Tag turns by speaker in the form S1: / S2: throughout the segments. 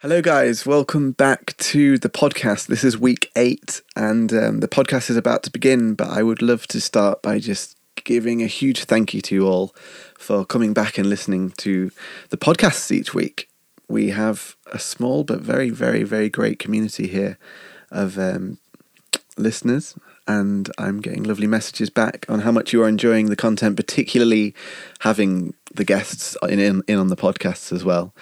S1: Hello, guys. Welcome back to the podcast. This is week eight, and um, the podcast is about to begin. But I would love to start by just giving a huge thank you to you all for coming back and listening to the podcasts each week. We have a small but very, very, very great community here of um, listeners, and I'm getting lovely messages back on how much you are enjoying the content, particularly having the guests in, in, in on the podcasts as well.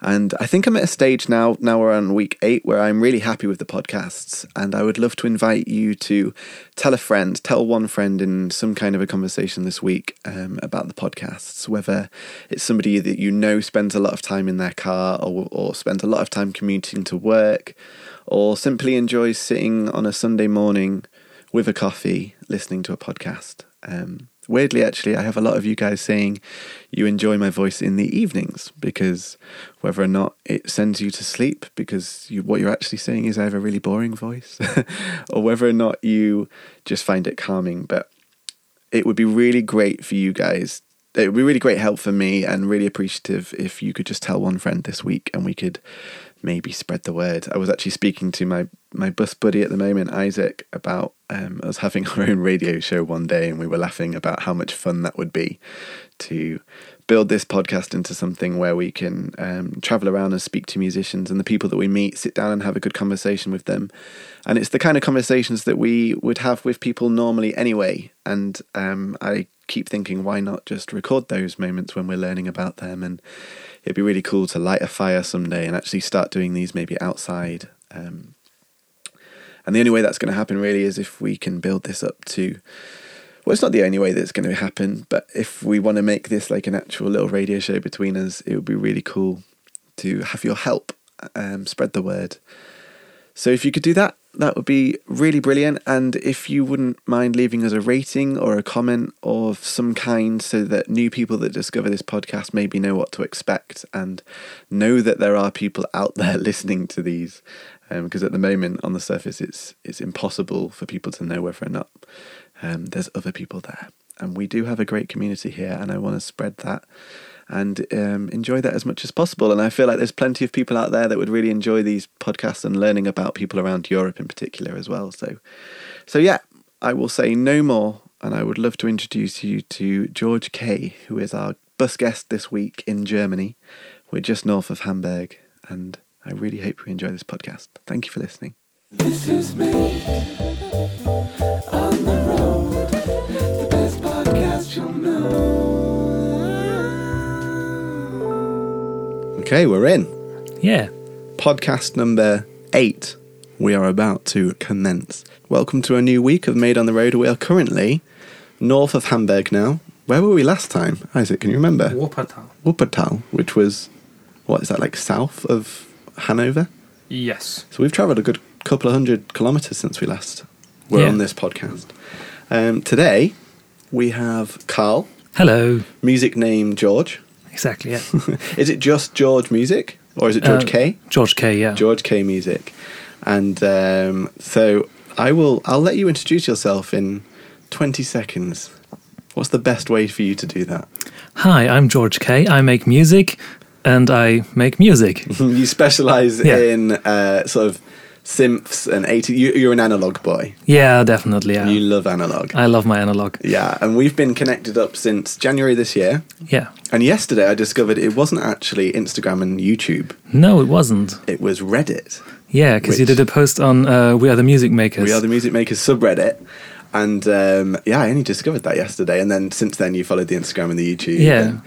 S1: And I think I'm at a stage now, now we're on week eight, where I'm really happy with the podcasts. And I would love to invite you to tell a friend, tell one friend in some kind of a conversation this week um, about the podcasts, whether it's somebody that you know spends a lot of time in their car or, or spends a lot of time commuting to work or simply enjoys sitting on a Sunday morning with a coffee listening to a podcast. Um, weirdly, actually, I have a lot of you guys saying you enjoy my voice in the evenings because whether or not it sends you to sleep, because you, what you're actually saying is I have a really boring voice, or whether or not you just find it calming. But it would be really great for you guys. It would be really great help for me and really appreciative if you could just tell one friend this week and we could maybe spread the word. I was actually speaking to my, my bus buddy at the moment, Isaac, about um, us having our own radio show one day and we were laughing about how much fun that would be to build this podcast into something where we can um, travel around and speak to musicians and the people that we meet, sit down and have a good conversation with them. And it's the kind of conversations that we would have with people normally anyway. And um, I keep thinking, why not just record those moments when we're learning about them? And it'd be really cool to light a fire someday and actually start doing these maybe outside. Um, and the only way that's going to happen really is if we can build this up to well, it's not the only way that's going to happen, but if we want to make this like an actual little radio show between us, it would be really cool to have your help um, spread the word. So if you could do that, that would be really brilliant. And if you wouldn't mind leaving us a rating or a comment of some kind so that new people that discover this podcast maybe know what to expect and know that there are people out there listening to these. Because at the moment, on the surface, it's, it's impossible for people to know whether or not um, there's other people there. And we do have a great community here, and I want to spread that and um, enjoy that as much as possible. And I feel like there's plenty of people out there that would really enjoy these podcasts and learning about people around Europe in particular as well. So, so yeah, I will say no more, and I would love to introduce you to George Kay, who is our bus guest this week in Germany. We're just north of Hamburg, and I really hope you enjoy this podcast. Thank you for listening.
S2: This is me on the road, the best podcast you'll know.
S1: Okay, we're in
S3: Yeah.
S1: podcast number eight. We are about to commence. Welcome to a new week of Made on the Road. We are currently north of Hamburg now. Where were we last time, Isaac? Can you remember?
S3: Wuppertal.
S1: Wuppertal, which was what is that like south of Hanover?
S3: Yes.
S1: So we've travelled a good couple of hundred kilometres since we last were
S3: Yeah.
S1: on this podcast. Um, today we have Carl,
S3: Hello. Uh,
S1: music name George.
S3: Exactly. Yeah.
S1: is it just George Music or is it George
S3: Uh,
S1: K?
S3: George K. Yeah.
S1: George K Music, and um, so I will. I'll let you introduce yourself in twenty seconds. What's the best way for you to do that?
S3: Hi, I'm George K. I make music, and I make music.
S1: you specialize
S3: Yeah.
S1: in uh, sort of synths and eighty. You, you're an analog boy.
S3: yeah, definitely. Yeah.
S1: You love analog.
S3: I love my analog.
S1: yeah, and we've been connected up since January this year.
S3: Yeah.
S1: And yesterday I discovered it wasn't actually Instagram and YouTube.
S3: No, it wasn't.
S1: It was Reddit.
S3: Yeah, because you
S1: Which-
S3: did a post on uh, "We Are the Music Makers."
S1: We are the Music Makers subreddit. And um, yeah, I only discovered that yesterday. And then since then, you followed the Instagram and the YouTube.
S3: Yeah.
S1: And,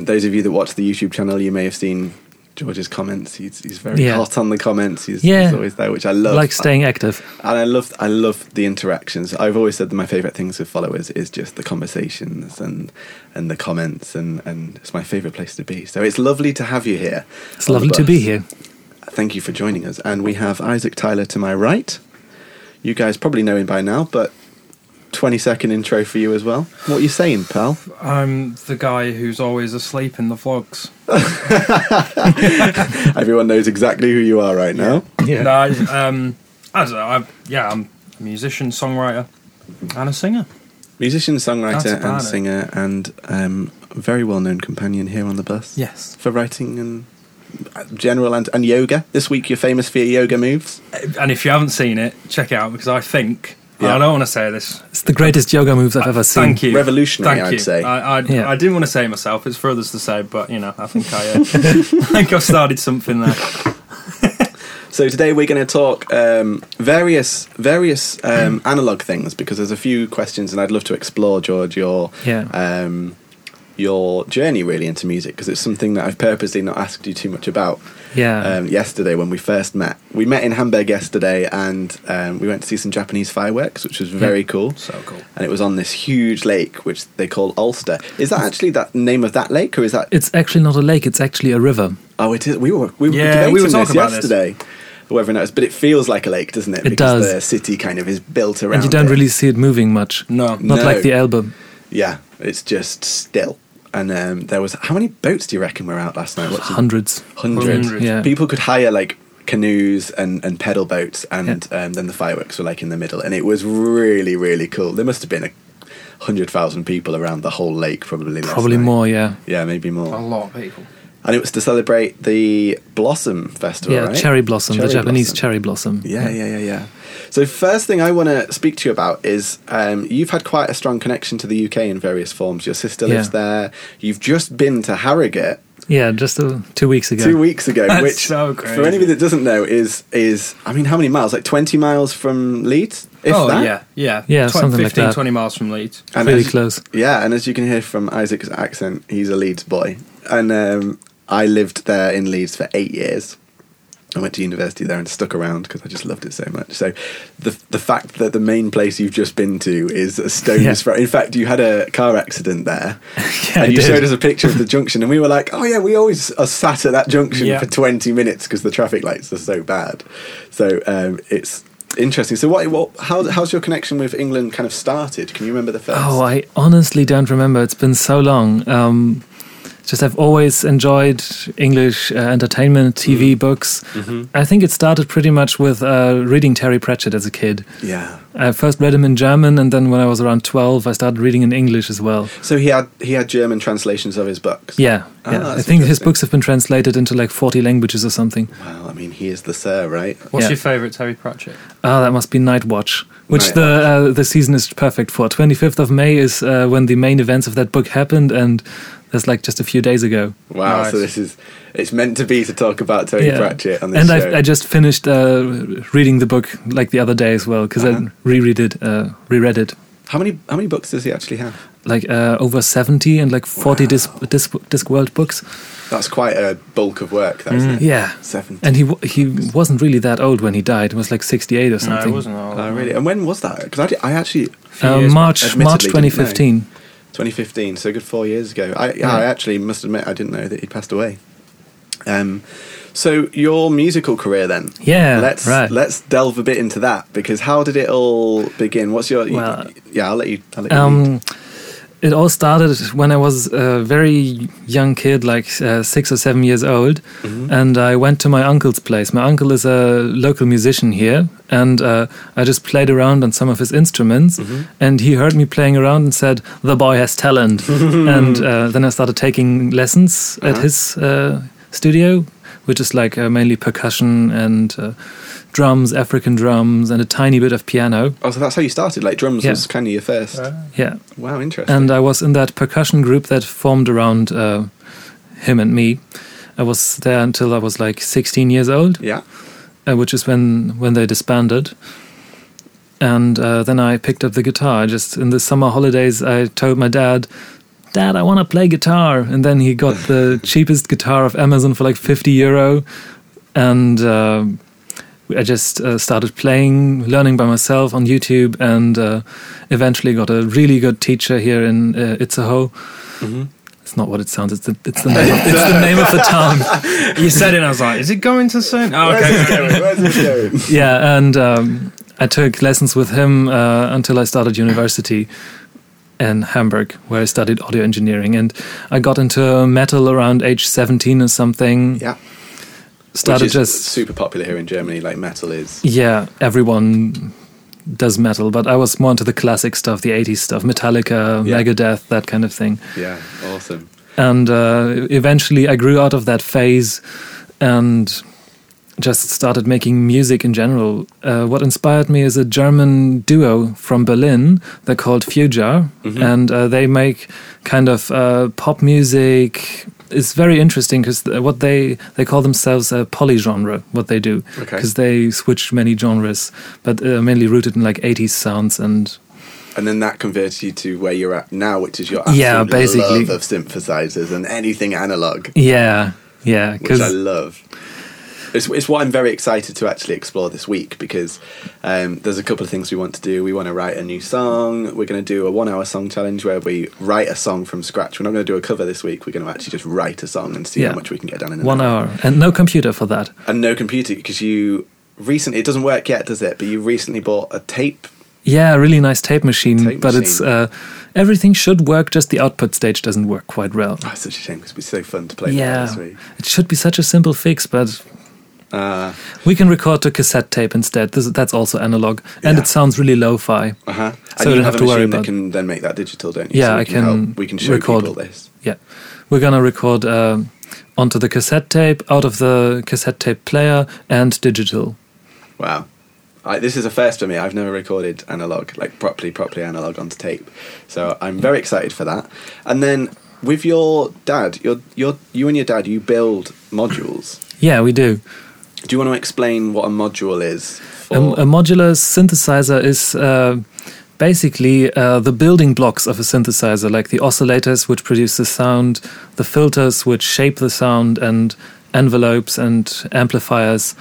S1: um, those of you that watch the YouTube channel, you may have seen George's comments. He's, he's very
S3: Yeah.
S1: hot on the comments. He's,
S3: Yeah.
S1: he's always there, which I love.
S3: like staying active.
S1: and I love, I love the interactions. I've always said that my favorite things with followers is just the conversations and and the comments, and, and it's my favorite place to be. So it's lovely to have you here.
S3: It's
S1: on the
S3: lovely to be
S1: bus.
S3: here.
S1: Thank you for joining us. And we have Isaac Tyler to my right. You guys probably know him by now, but 20 second intro for you as well. What are you saying, pal?
S4: I'm the guy who's always asleep in the vlogs.
S1: Everyone knows exactly who you are right now.
S3: Yeah.
S4: No, I, um, I don't know. I'm, yeah, I'm a musician, songwriter, and a singer.
S1: Musician, songwriter,
S4: That's about
S1: and
S4: it.
S1: singer, and um, very well known companion here on the bus
S4: Yes.
S1: for writing and uh, general and, and yoga. This week you're famous for your yoga moves.
S4: And if you haven't seen it, check it out because I think and
S1: Yeah.
S4: I don't want to say this.
S3: It's the greatest yoga moves I've ever seen.
S4: Uh, Thank you.
S1: Revolutionary,
S4: Thank
S1: I'd
S4: you.
S1: say.
S4: I, I,
S3: Yeah.
S4: I didn't want to say it myself. It's for others to say, but you know, I think I, uh, I think I've started something there.
S1: So today we're going to talk um, various various um, analog things because there's a few questions and I'd love to explore George your
S3: Yeah.
S1: um, your journey really into music because it's something that I've purposely not asked you too much about.
S3: Yeah.
S1: Um, yesterday when we first met, we met in Hamburg yesterday and um, we went to see some Japanese fireworks, which was very cool.
S4: So cool.
S1: And it was on this huge lake which they call Ulster. Is that actually that name of that lake or is that
S3: It's actually not a lake, it's actually a river.
S1: Oh, it is. We were we were
S4: Yeah,
S1: debating
S4: we were
S1: this
S4: talking about this.
S1: yesterday. Whether or not, it's, but it feels like a lake, doesn't it?
S3: It
S1: because
S3: does.
S1: The city kind of is built around.
S3: And you don't
S1: it.
S3: really see it moving much.
S4: No.
S3: Not
S1: No.
S3: like the album.
S1: Yeah, it's just still. And um, there was how many boats do you reckon were out last night? What's it-
S3: Hundreds.
S1: Hundreds.
S4: Hundreds.
S3: Yeah.
S1: People could hire like canoes and, and pedal boats, and um, then the fireworks were like in the middle, and it was really really cool. There must have been a hundred thousand people around the whole lake, probably. last
S3: Probably
S1: night.
S3: more, yeah.
S1: Yeah, maybe more.
S4: A lot of people.
S1: And it was to celebrate the Blossom Festival.
S3: yeah,
S1: right?
S3: cherry blossom, the Japanese
S1: Blossom.
S3: cherry blossom.
S1: Yeah, yeah, yeah, yeah. So first thing I want to speak to you about is um, you've had quite a strong connection to the UK in various forms. Your sister lives
S3: Yeah.
S1: there. You've just been to Harrogate
S3: Yeah, just uh, two weeks ago.
S1: two weeks ago,
S4: That's
S1: which
S4: so
S1: for
S4: crazy.
S1: anybody that doesn't know is is I mean how many miles? Like twenty miles from Leeds, if
S4: oh
S1: that.
S4: yeah, yeah,
S3: Yeah, something like
S4: 15,
S3: that. Uh,
S4: 20 miles from Leeds.
S1: And
S3: really
S1: as-
S3: close.
S1: Yeah, and as you can hear from Isaac's accent, he's a Leeds boy. And um, I lived there in Leeds for eight years. I went to university there and stuck around because I just loved it so much. So, the the fact that the main place you've just been to is a stone's
S3: Yeah.
S1: throw. In fact, you had a car accident there,
S3: Yeah,
S1: and
S3: I
S1: you
S3: did.
S1: showed us a picture of the junction, and we were like, "Oh yeah, we always are sat at that junction
S4: Yeah.
S1: for twenty minutes because the traffic lights are so bad." So um, it's interesting. So, what, what? How, how's your connection with England kind of started? Can you remember the first?
S3: Oh, I honestly don't remember. It's been so long. Um, just I've always enjoyed English uh,
S1: Mm-hmm.
S3: entertainment, TV, books. I think it started pretty much with uh, reading Terry Pratchett as a kid.
S1: yeah.
S3: I first read him in German, and then when I was around 12, I started reading in English as well.
S1: So he had he had German translations of his books.
S3: Yeah,
S1: Ah,
S3: yeah.
S1: that's
S3: I think his
S1: interesting.
S3: books have been translated into like 40 languages or something.
S1: Well, I mean, he is the sir, right?
S4: What's
S3: Yeah.
S4: your favourite Terry Pratchett?
S3: Ah, that must be Night Watch, which
S1: Night
S3: the Uh, the season is perfect for. 25th of May is uh, when the main events of that book happened, and that's like just a few days ago.
S1: Wow.
S4: Nice.
S1: So this is it's meant to be to talk about Terry Pratchett on this
S3: and
S1: show.
S3: I, I just finished uh, reading the book like the other day as well because
S1: Uh-huh.
S3: I reread it, uh, reread it
S1: how many how many books does he actually have?
S3: like uh, over seventy and like forty disc, disc disc world books.
S1: That's quite a bulk of work, though, isn't it?
S3: Mm. Yeah,
S1: Hmm. Seventy.
S3: and he wa- he wasn't really that old when he died. He was like sixty eight or
S4: No,
S3: something.
S4: it wasn't. All
S1: Oh, really? And when was that? Because I, did- I actually
S4: Few
S3: Uh,
S4: years back.
S3: March
S1: admittedly
S3: March
S1: didn't know.
S3: twenty fifteen.
S1: 2015, so a good four years ago. I, yeah, I actually must admit I didn't know that he passed away. Um, so your musical career then?
S3: Yeah,
S1: Let's
S3: right.
S1: let's delve a bit into that because how did it all begin? What's your?
S3: Well,
S1: yeah, I'll let you. I'll let you lead.
S3: Um, it all started when I was a very young kid, like uh, six or seven years old, and I went to my uncle's place. My uncle is a local musician here, and uh, I just played around on some of his instruments, and he heard me playing around and said, "The boy has talent." and uh, then I started taking lessons at
S1: Uh-huh.
S3: his uh, studio, which is like uh, mainly percussion and uh, drums, African drums, and a tiny bit of piano.
S1: Oh, so that's how you started. Like drums
S3: Yeah.
S1: was kind of your first.
S3: Yeah.
S1: wow, interesting.
S3: and uh, I was in that percussion group that formed around uh, him and me. I was there until I was like 16 years old,
S1: yeah.
S3: uh, which is when when they disbanded. And uh, then I picked up the guitar. I just in the summer holidays, I told my dad, "Dad, I want to play guitar." And then he got the cheapest guitar of Amazon for like 50 euro, and. Uh, I just uh, started playing, learning by myself on YouTube, and uh, eventually got a really good teacher here in uh, Itzehoe. It's not what it sounds. It's the it's the name of, it's the name of the town.
S4: You said it, and I was like, "Is it going to soon?" Oh, okay.
S1: Where's this going?
S3: Yeah, and um, I took lessons with him uh, until I started university in Hamburg, where I studied audio engineering, and I got into metal around age seventeen or something.
S1: Yeah. Which
S3: started
S1: is
S3: just
S1: super popular here in Germany. Like metal is.
S3: Yeah, everyone does metal, but I was more into the classic stuff, the 80s stuff, Metallica,
S1: Yeah.
S3: Megadeth, that kind of thing.
S1: Yeah. Awesome.
S3: And uh, eventually I grew out of that phase and just started making music in general. Uh, what inspired me is a German duo from Berlin. They're called Future,
S1: Mm-hmm.
S3: and uh, they make kind of uh, pop music. It's very interesting because what they they call themselves a polygenre. What they do
S1: Okay.
S3: because they switch many genres, but uh, mainly rooted in like 80s sounds and
S1: And then that converts you to where you're at now, which is your absolute
S3: Yeah, basically.
S1: love of synthesizers and anything analog,
S3: yeah, yeah.
S1: which I
S3: Because
S1: love. It's, it's what I'm very excited to actually explore this week because um, there's a couple of things we want to do. We want to write a new song. We're going to do a one hour song challenge where we write a song from scratch. We're not going to do a cover this week. We're going to actually just write a song and see
S3: Yeah.
S1: how much we can get done in an
S3: one hour and no computer for that.
S1: and no computer because you recently it doesn't work yet does it but you recently bought a tape
S3: Yeah, really nice tape machine,
S1: Tape
S3: but
S1: machine.
S3: it's uh, everything should work. Just the output stage doesn't work quite well.
S1: oh, it's such a shame because it'd be so fun to play
S3: yeah,
S1: with that this week
S3: it should be such a simple fix, but
S1: uh,
S3: we can record to cassette tape instead. This, that's also analog, and
S1: Yeah.
S3: it sounds really lo-fi.
S1: uh-huh.
S3: So
S1: and
S3: you
S1: you have,
S3: don't have
S1: a
S3: to worry
S1: machine that
S3: about-
S1: can then make that digital don't you
S3: Yeah,
S1: So we
S3: I
S1: help-
S3: can
S1: we can show
S3: record-
S1: people this
S3: Yeah, we're gonna record uh, onto the cassette tape, out of the cassette tape player, and digital.
S1: wow I, this is a first for me I've never recorded analog like properly properly analog onto tape so I'm very excited for that and then with your dad your your you and your dad you build modules
S3: Yeah, we do.
S1: do you want to explain what a module is
S3: A,
S1: for-
S3: a modular synthesizer is uh, basically uh, the building blocks of a synthesizer, like the oscillators, which produce the sound, the filters, which shape the sound, and envelopes and amplifiers.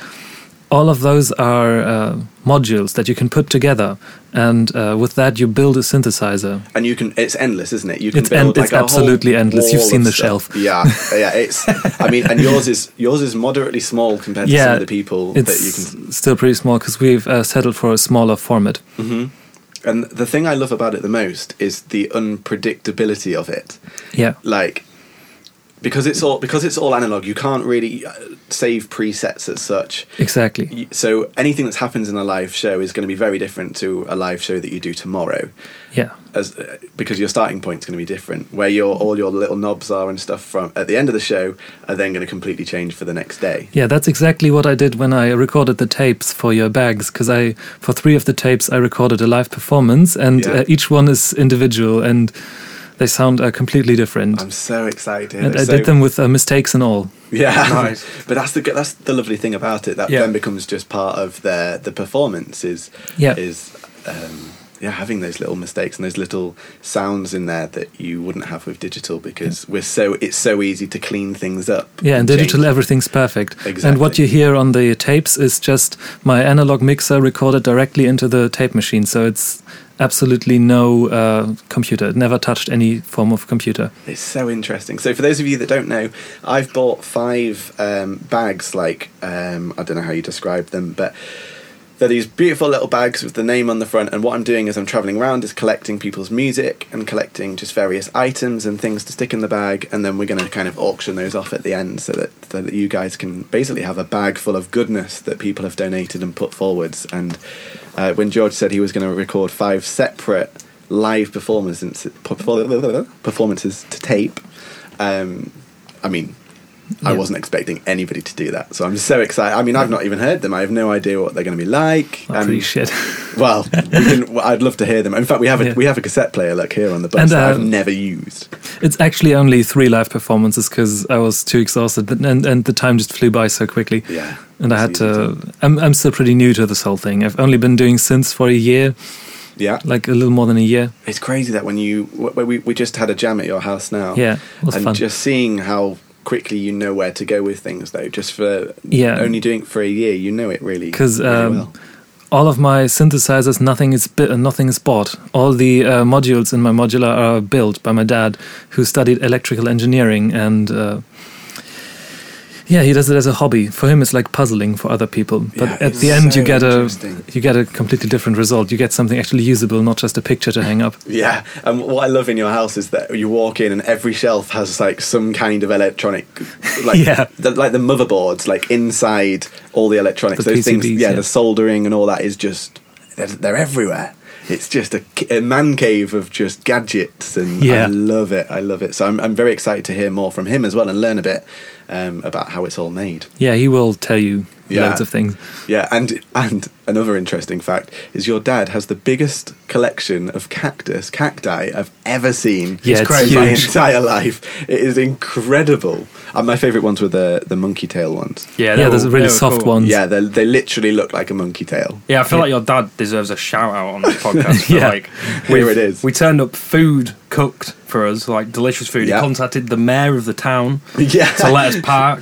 S3: All of those are uh, modules that you can put together, and uh, with that, you build a synthesizer.
S1: and you can it's endless isn't it you can
S3: It's en- it's
S1: a whole
S3: absolutely endless. You've
S1: wall
S3: seen
S1: of
S3: the
S1: stuff.
S3: shelf.
S1: yeah yeah it's i mean and yours is yours is moderately small compared to some of the people that you
S3: it's
S1: can
S3: still pretty small because we've uh, settled for a smaller format.
S1: and the thing i love about it the most is the unpredictability of it
S3: Yeah,
S1: like because it's all because it's all analog you can't really uh, save presets as such
S3: exactly.
S1: Y- so anything that happens in a live show is going to be very different to a live show that you do tomorrow
S3: Yeah.
S1: as uh, because your starting point's going to be different where your all your little knobs are and stuff from at the end of the show are then going to completely change for the next day
S3: Yeah, that's exactly what I did when I recorded the tapes for your bags. Because I, for three of the tapes, I recorded a live performance, and
S1: Yeah.
S3: uh, each one is individual, and they sound uh, completely different.
S1: i'm so excited
S3: and I
S1: So-
S3: did them with uh, mistakes and all.
S1: yeah
S4: Nice.
S1: but that's the g- that's the lovely thing about it that
S3: Yeah.
S1: then becomes just part of their the performance is
S3: Yeah.
S1: is um yeah, having those little mistakes and those little sounds in there that you wouldn't have with digital because we're so it's so easy to clean things up.
S3: Yeah, and digital,
S1: change.
S3: everything's perfect. And what
S1: Exactly.
S3: you hear on the tapes is just my analog mixer recorded directly into the tape machine. So it's absolutely no uh, computer. It never touched any form of computer.
S1: It's so interesting. So, for those of you that don't know, I've bought five um, bags, like, um, I don't know how you describe them, but they're these beautiful little bags with the name on the front. And what I'm doing is I'm traveling around is collecting people's music and collecting just various items and things to stick in the bag. And then we're going to kind of auction those off at the end so that, so that you guys can basically have a bag full of goodness that people have donated and put forwards. And uh, when George said he was going to record five separate live performances performances to tape. Um, I mean, I
S3: Yeah.
S1: wasn't expecting anybody to do that, so I'm so excited. I mean, I've not even heard them. I have no idea what they're going to be like.
S3: Not
S1: Um,
S3: pretty shit.
S1: well, we can, well, I'd love to hear them. In fact, we have a
S3: Yeah.
S1: we have a cassette player look here on the bus
S3: And,
S1: that I've
S3: uh,
S1: never used.
S3: It's actually only three live performances because I was too exhausted, and, and the time just flew by so quickly.
S1: Yeah,
S3: And I had
S1: it's easy
S3: to. I'm, I'm still pretty new to this whole thing. I've only been doing synths for a year,
S1: Yeah,
S3: like a little more than a year.
S1: it's crazy that when you wh- we we just had a jam at your house now.
S3: Yeah, it was
S1: Oh. and
S3: fun.
S1: just seeing how quickly you know where to go with things though just for
S3: Yeah.
S1: only doing it for a year you know it really
S3: 'Cause,
S1: really
S3: um,
S1: well.
S3: All of my synthesizers, nothing is bi- uh, nothing is bought. All the uh, modules in my modular are built by my dad, who studied electrical engineering, and uh, yeah, he does it as a hobby. For him, it's like puzzling for other people. But
S1: Yeah,
S3: at
S1: it's
S3: the end,
S1: so
S3: you get a
S1: interesting.
S3: you get a completely different result. You get something actually usable, not just a picture to hang up.
S1: Yeah, and what I love in your house is that you walk in and every shelf has like some kind of electronic, like
S3: Yeah.
S1: the, like the motherboards, like inside all the electronics.
S3: The
S1: Those things,
S3: PCBs,
S1: yeah,
S3: yeah.
S1: the soldering and all that is just they're, they're everywhere. It's just a, c- a man cave of just gadgets, and I
S3: Yeah.
S1: love it. I love it. So I'm I'm very excited to hear more from him as well and learn a bit um, about how it's all made.
S3: Yeah, he will tell you
S1: Yeah.
S3: loads of things.
S1: Yeah, and and another interesting fact is your dad has the biggest collection of cactus cacti I've ever seen.
S3: Yeah, it's
S1: in my
S3: huge.
S1: entire life. It is incredible. And my favourite ones were the the monkey tail ones.
S4: Yeah,
S3: Yeah,
S4: they were-
S3: there's
S4: they
S3: really
S4: were
S3: soft
S4: cool.
S3: ones.
S1: Yeah, they they literally look like a monkey tail.
S4: Yeah, I feel like your dad deserves a shout out on this podcast. For
S3: Yeah.
S4: like,
S1: Here
S4: we've-
S1: it is.
S4: We turned up food cooked for us, like delicious food.
S1: Yeah.
S4: He contacted the mayor of the town
S1: Yeah.
S4: to let us park.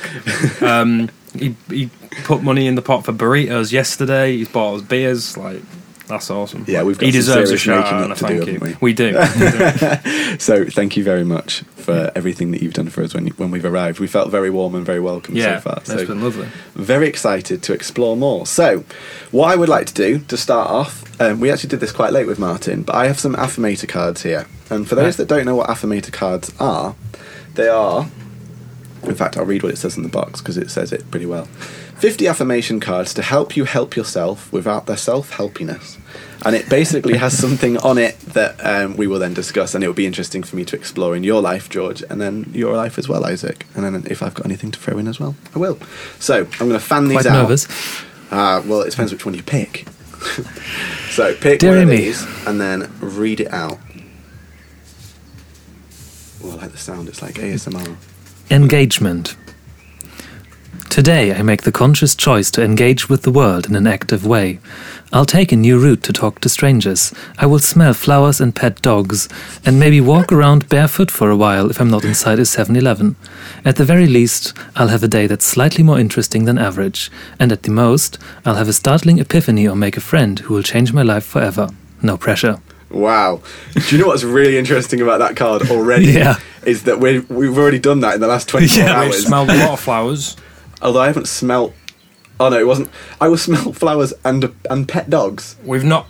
S4: Um, he, he put money in the pot for burritos yesterday. He's bought us beers. Like, that's awesome.
S1: Yeah, we've got
S4: He
S1: some
S4: deserves a
S1: serious
S4: shout
S1: making
S4: out
S1: up
S4: and
S1: to do,
S4: a thank you.
S1: haven't we?
S4: We do. We do.
S1: So thank you very much for everything that you've done for us when when we've arrived. We felt very warm and very welcome
S4: yeah,
S1: so far.
S4: that's
S1: So
S4: been lovely.
S1: very excited to explore more. So, what I would like to do to start off, um, we actually did this quite late with Martin, but I have some affirmator cards here. And for those that
S4: Right.
S1: don't know what affirmator cards are, they are. In fact, I'll read what it says in the box because it says it pretty well. 50 affirmation cards to help you help yourself without their self helpiness. And it basically has something on it that um, we will then discuss, and it will be interesting for me to explore in your life, George, and then your life as well, Isaac. And then if I've got anything to throw in as well, I will. So I'm going to fan these
S3: Quite
S1: out.
S3: nervous.
S1: Uh, well, it depends which one you pick. so pick
S3: Dear
S1: one of
S3: me.
S1: these and then read it out. Well, I like the sound. It's like ASMR.
S3: Engagement. Today, I make the conscious choice to engage with the world in an active way. I'll take a new route to talk to strangers. I will smell flowers and pet dogs, and maybe walk around barefoot for a while if I'm not inside a 7 Eleven. At the very least, I'll have a day that's slightly more interesting than average, and at the most, I'll have a startling epiphany or make a friend who will change my life forever. No pressure.
S1: Oh, Wow. Do you know what's really interesting about that card already?
S3: Yeah.
S1: Is that we we've already done that in the last 24
S3: Yeah,
S4: We've
S1: hours.
S4: smelled a lot of flowers.
S1: Although I haven't smelt. Oh no, it wasn't. I will smell flowers and and pet dogs.
S4: We've not.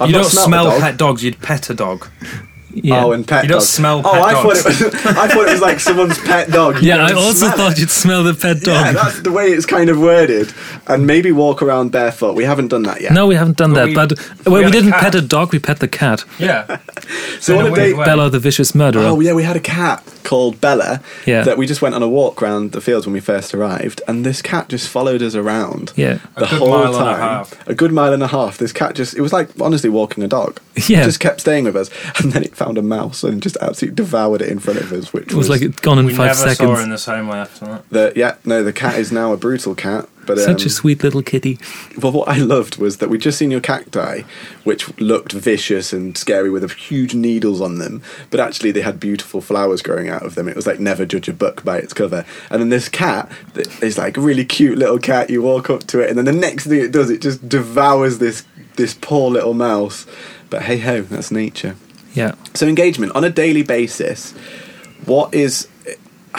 S1: I've
S4: you
S1: not
S4: don't
S1: smelt a
S4: smell
S1: dog.
S4: pet dogs. You'd pet a dog.
S3: Yeah.
S1: Oh, and pet
S4: You don't
S1: dogs.
S4: smell
S1: oh,
S4: pet
S1: I
S4: dogs.
S1: thought it was. I thought it was like someone's pet dog. You
S3: yeah, I
S1: don't
S3: also
S1: smell
S3: thought
S1: it.
S3: you'd smell the pet dog.
S1: Yeah, that's the way it's kind of worded. And maybe walk around barefoot. We haven't done that yet.
S3: No, we haven't done
S4: But
S3: that.
S4: we-
S3: but
S4: we
S3: well, we,
S4: had a
S3: didn't
S4: cat.
S3: pet a dog. We pet the cat,
S4: Yeah.
S1: So on
S4: In a
S1: a
S4: weird
S1: date-
S4: way.
S3: Bella, the vicious murderer.
S1: Oh yeah, we had a cat called Bella
S3: Yeah.
S1: that we just went on a walk round the fields when we first arrived, and this cat just followed us around.
S3: Yeah.
S1: the
S4: A good
S1: whole
S4: mile and a
S1: time,
S4: half.
S1: a good mile and a half. This cat just—it was like honestly walking a dog.
S3: Yeah.
S1: it just kept staying with us, and then it found a mouse and just absolutely devoured it in front of us, which
S3: It was like it gone in
S4: We
S3: five
S4: never saw her in
S3: seconds.
S4: the same way after that.
S1: the yeah no the cat is now a brutal cat. But um,
S3: Such a sweet little kitty.
S1: Well, what I loved was that we'd just seen your cacti, which looked vicious and scary with a huge needles on them, but actually they had beautiful flowers growing out of them. It was like never judge a book by its cover. And then this cat that is like a really cute little cat. You walk up to it, and then the next thing it does, it just devours this this poor little mouse. But hey ho, that's nature.
S3: Yeah.
S1: So engagement on a daily basis. What is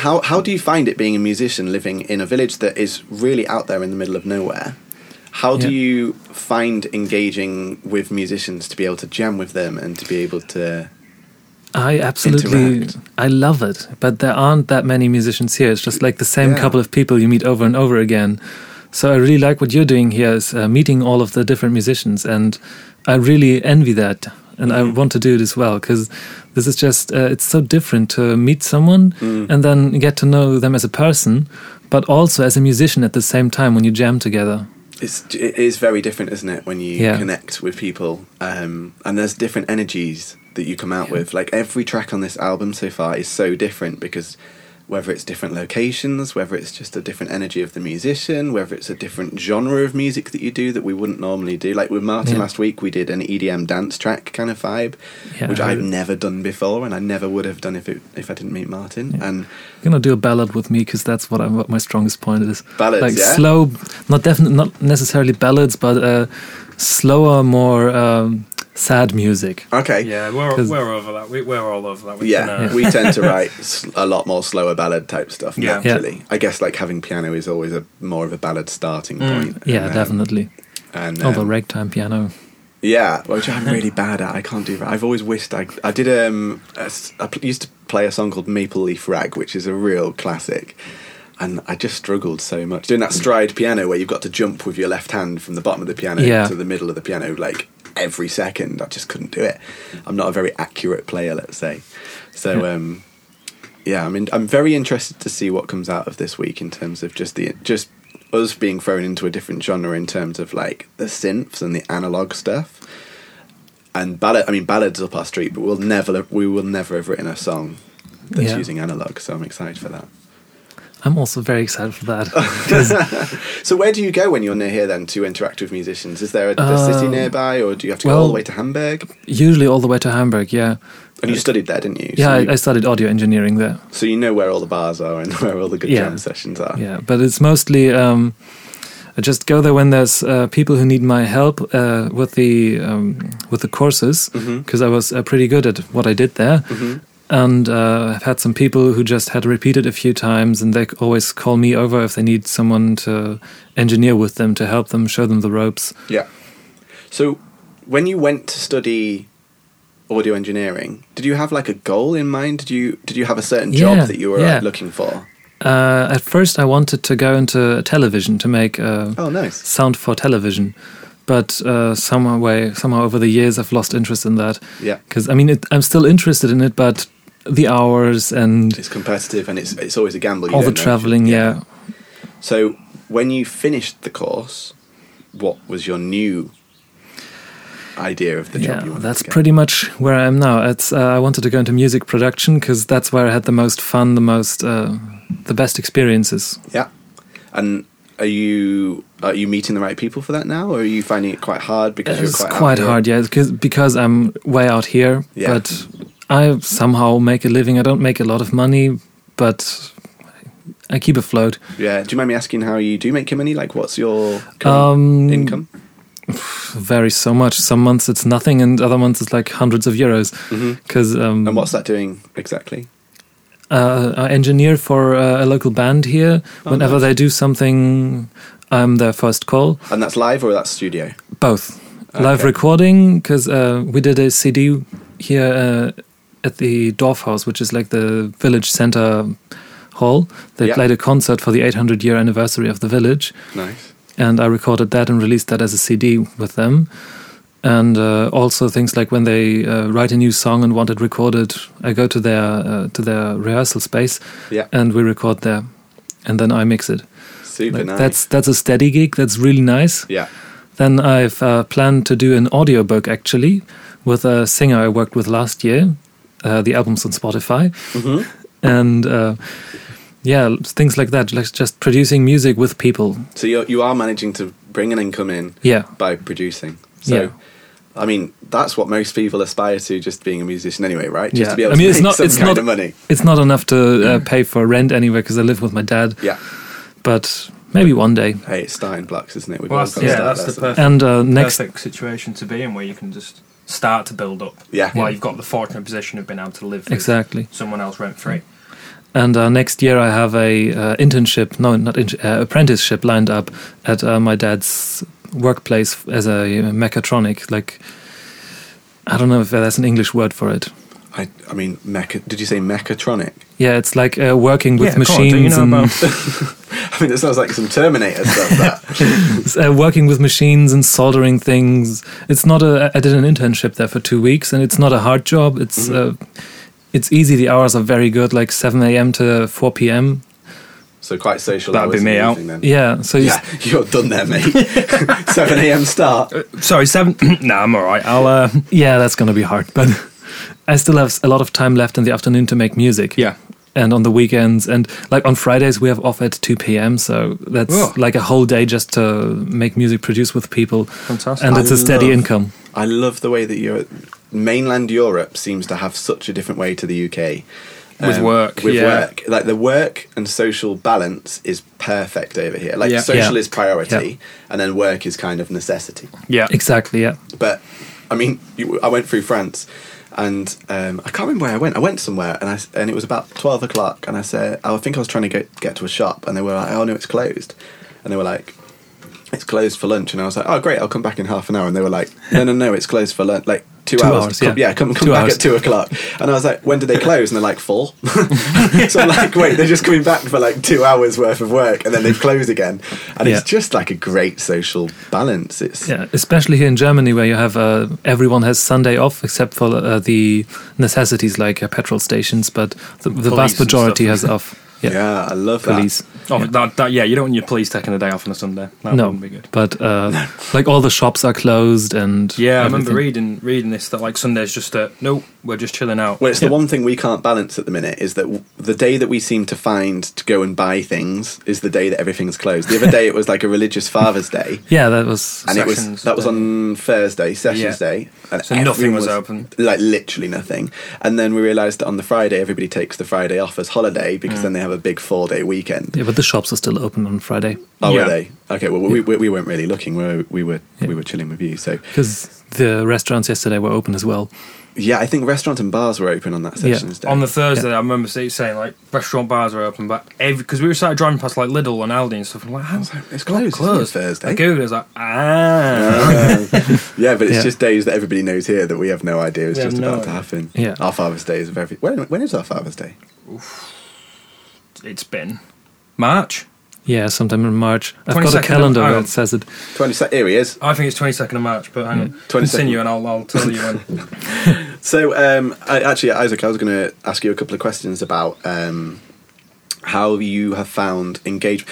S1: how how do you find it being a musician living in a village that is really out there in the middle of nowhere? How do
S3: Yeah.
S1: you find engaging with musicians to be able to jam with them and to be able to?
S3: I absolutely,
S1: Interact.
S3: I love it. But there aren't that many musicians here. It's just like the same
S1: Yeah.
S3: couple of people you meet over and over again. So I really like what you're doing here is uh, meeting all of the different musicians, and I really envy that, and I
S1: Mm.
S3: want to do it as well because this is just uh, it's so different to meet someone
S1: Mm.
S3: and then get to know them as a person, but also as a musician at the same time when you jam together.
S1: It's it is very different, isn't it, when you
S3: Yeah.
S1: connect with people? Um, and there's different energies that you come out with. Like every track on this album so far is so different because whether it's different locations, whether it's just a different energy of the musician, whether it's a different genre of music that you do that we wouldn't normally do. Like with Martin
S3: Yeah.
S1: last week, we did an EDM dance track kind of vibe,
S3: Yeah.
S1: which I've never done before, and I never would have done if it, if I didn't meet Martin. And
S3: You're gonna do a ballad with me because that's what I'm, what my strongest point is.
S1: Ballads,
S3: like
S1: yeah?
S3: slow, not definitely not necessarily ballads, but uh, slower, more um, sad music.
S1: okay,
S4: Yeah, we're,
S3: 'Cause-
S4: we're over that. We, we're all over that. We
S1: Yeah,
S4: can, uh,
S1: we tend to write s- a lot more slower ballad type stuff
S4: Yeah.
S3: Yeah.
S1: naturally. I guess like having piano is always a more of a ballad starting point.
S3: Mm. Yeah,
S1: And, um,
S3: definitely.
S1: And
S3: Although
S1: um,
S3: ragtime piano.
S1: yeah, which I'm really bad at. I can't do that. I've always wished I I did um a s- I pl- used to play a song called Maple Leaf Rag, which is a real classic. And I just struggled so much doing that stride piano where you've got to jump with your left hand from the bottom of the piano
S3: Yeah.
S1: to the middle of the piano like every second. I just couldn't do it. I'm not a very accurate player, let's say. So um yeah, I mean, I'm very interested to see what comes out of this week in terms of just the just us being thrown into a different genre in terms of like the synths and the analog stuff. And ballad, I mean, ballads up our street, but we'll never we will never have written a song that's
S3: Yeah.
S1: using analog. So I'm excited for that.
S3: I'm also very excited for that.
S1: So where do you go when you're near here then to interact with musicians? Is there a, a city nearby, or do you have to go all
S3: Uh, well-
S1: the way to Hamburg?
S3: Usually all the way to Hamburg, yeah.
S1: And you studied there, didn't you?
S3: Yeah,
S1: so
S3: I,
S1: you,
S3: I studied audio engineering there.
S1: so you know where all the bars are and where all the good
S3: Yeah.
S1: jam sessions are.
S3: Yeah, but it's mostly um, I just go there when there's uh, people who need my help uh, with the um, with the courses because I was uh, pretty good at what I did there, and uh, I've had some people who just had repeated a few times, and they c- always call me over if they need someone to engineer with them to help them, show them the ropes.
S1: Yeah. So, when you went to study audio engineering, did you have like a goal in mind? Did you did you have a certain
S3: Yeah,
S1: job that you were
S3: yeah.
S1: uh, looking for?
S3: Uh, at first, I wanted to go into television to make. Uh,
S1: Oh, nice.
S3: sound for television. But uh, somehow, way, somehow over the years, I've lost interest in that.
S1: Yeah.
S3: Because I mean, it, I'm still interested in it, but the hours and
S1: It's competitive and it's it's always a gamble. You
S3: all the
S1: don't know if you-
S3: traveling, yeah.
S1: So, when you finished the course, what was your new idea of the
S3: yeah,
S1: job you wanted?
S3: that's
S1: to get?
S3: pretty much where I am now. It's uh, I wanted to go into music production because that's where I had the most fun, the most, uh, the best experiences.
S1: Yeah. And are you are you meeting the right people for that now, or are you finding it quite hard because you're
S3: It's
S1: quite
S3: quite,
S1: out here?
S3: hard, yeah, because because I'm way out here.
S1: Yeah.
S3: But I somehow make a living. I don't make a lot of money, but I keep afloat.
S1: Yeah. Do you mind me asking how you do make your money? Like, what's your current
S3: Um,
S1: income?
S3: varies so much. Some months it's nothing, and other months it's like hundreds of euros. Because um,
S1: And what's that doing exactly?
S3: uh, I engineer for uh, a local band here.
S1: Oh,
S3: Whenever they do something, I'm their first call.
S1: And that's live or that's studio?
S3: Both live
S1: Okay.
S3: recording because uh, we did a CD here uh, at the Dorfhaus, which is like the village center hall. They
S1: Yeah.
S3: played a concert for the 800 year anniversary of the village.
S1: Nice.
S3: and I recorded that and released that as a CD with them. And uh, also things like when they uh, write a new song and want it recorded, I go to their uh, to their rehearsal space
S1: Yeah.
S3: and we record there, and then I mix it.
S1: Super
S3: Like,
S1: nice.
S3: That's that's a steady gig. That's really nice.
S1: yeah.
S3: Then I've uh, planned to do an audiobook actually with a singer I worked with last year. Uh, the album's on Spotify. Mm-hmm. And uh, yeah, things like that, like just producing music with people.
S1: So you you are managing to bring an income in
S3: Yeah.
S1: by producing. So
S3: Yeah.
S1: I mean, that's what most people aspire to just being a musician anyway, right? Just
S3: yeah.
S1: to be able
S3: I mean,
S1: to
S3: it's
S1: make
S3: not,
S1: some
S3: it's
S1: kind
S3: not,
S1: of money.
S3: It's not enough to uh, pay for rent anyway because I live with my dad.
S1: Yeah.
S3: But maybe one day.
S1: Hey, it's starting blocks, isn't it? We've
S4: Well,
S1: all
S4: that's,
S1: got to
S4: yeah,
S1: start
S4: that's the
S1: there, so-
S3: And
S4: perfect,
S3: uh, next,
S4: perfect situation to be in where you can just start to build up.
S1: Yeah.
S4: While
S1: Yeah.
S4: you've got the fortunate position of being able to live with
S3: exactly.
S4: someone else rent free.
S3: And uh, next year I have a uh, internship, no, not intern uh, apprenticeship lined up at uh, my dad's workplace f- as a mechatronic. Like, I don't know if that's an English word for it.
S1: I, I mean, mecha, did you say mechatronic?
S3: Yeah, it's like uh, working with
S4: God,
S3: machines
S4: do you know
S3: and
S4: about
S1: I mean, it sounds like some Terminator stuff. That
S3: uh, working with machines and soldering things. It's not a. I did an internship there for two weeks, and it's not a hard job. It's uh, it's easy. The hours are very good, like seven a.m. to four p.m.
S1: so quite social.
S4: That'd be
S1: hours in
S4: me
S1: the
S4: out.
S1: evening Then.
S3: Yeah, so you,
S1: Yeah, you're done there, mate. Seven a.m. start.
S4: Sorry, seven. no, I'm all right. I'll. Uh,
S3: yeah, that's gonna be hard, but I still have a lot of time left in the afternoon to make music.
S4: yeah.
S3: And on the weekends, and like on Fridays, we have off at 2 p.m. So that's
S4: Oh.
S3: like a whole day just to make music, produce with people.
S4: Fantastic.
S3: And it's a
S1: I
S3: steady
S1: love-
S3: income.
S1: I love the way that you mainland Europe seems to have such a different way to the UK.
S4: With work,
S1: Um, with
S4: yeah.
S1: work, like the work and social balance is perfect over here. Like
S4: Yeah.
S1: social
S3: Yeah.
S1: is priority, and then work is kind of necessity.
S4: Yeah.
S3: Exactly, yeah.
S1: But I mean, you, I went through France, and um, I can't remember where I went. I went somewhere, and I s- and it was about twelve o'clock, and I said, I think I was trying to get get to a shop, and they were like, oh no, it's closed, and they were like. It's closed for lunch, and I was like, "Oh, great! I'll come back in half an hour." And they were like, "No, no, no! It's closed for lunch." Like two,
S3: Two
S1: hours.
S3: hours,
S1: Come-
S3: yeah.
S1: come, come
S3: Two
S1: back
S3: hours.
S1: at two o'clock. And I was like, when do they close? And they're like, full. so I'm like, wait, they're just coming back for like two hours worth of work and then they close again. And
S3: Yeah.
S1: it's just like a great social balance. It's
S3: Yeah, especially here in Germany, where you have uh, everyone has Sunday off except for uh, the necessities like uh, petrol stations, but the, the
S4: Police
S3: vast
S4: and
S3: majority
S4: stuff.
S3: has off.
S1: yeah,
S3: Yeah,
S1: I love that.
S3: police.
S4: Oh, That, that, yeah, you don't want your police taking a day off on a Sunday. That
S3: no,
S4: wouldn't be good.
S3: but uh, like all the shops are closed and
S4: Yeah, I remember
S3: everything.
S4: reading reading this that like Sunday's just a no, we're just chilling out.
S1: Well, it's
S3: Yeah.
S1: the one thing we can't balance at the minute is that w- the day that we seem to find to go and buy things is the day that everything's closed. The other day it was like a religious Father's Day,
S3: Yeah, that was
S1: and it was
S4: Sessions
S1: that was
S4: Day.
S1: on Thursday, Sessions
S4: Yeah.
S1: Day, and
S4: So nothing
S1: everyone
S4: was open.
S1: like literally nothing. And then we realised that on the Friday everybody takes the Friday off as holiday because
S4: Mm.
S1: then they have a big four day weekend.
S3: yeah, but the shops are still open on Friday
S1: Oh,
S4: Yeah.
S1: were they? Okay, well we, we, we weren't really looking. We were we were we were chilling with you. So
S3: because the restaurants yesterday were open as well.
S1: yeah, I think restaurants and bars were open on that
S3: Yeah.
S1: Sessions Day.
S4: On the Thursday, I remember see- saying like restaurant bars are open, but because we were started driving past like Lidl and Aldi and stuff, I'm like, how's that
S1: it's closed, isn't it,
S4: closed
S1: Thursday.
S4: I googled, I was like, ah,
S1: yeah, but it's
S3: Yeah.
S1: just days that everybody knows here that we have no idea is
S4: We have
S1: just
S4: no
S1: about to
S4: idea.
S1: happen.
S3: Yeah.
S1: Our Father's Day is very. When, when is our Father's Day?
S4: it's been March.
S3: Yeah, sometime in March. I've got a
S4: 22nd of-
S3: calendar
S4: hang
S3: where
S4: on.
S3: it says it.
S1: 20, here he is.
S4: I think it's 22nd of March, but hang on,
S1: 22nd.
S4: continue and I'll, I'll tell you when.
S1: So, um, I, actually, Isaac, I was going to ask you a couple of questions about um, how you have found engagement.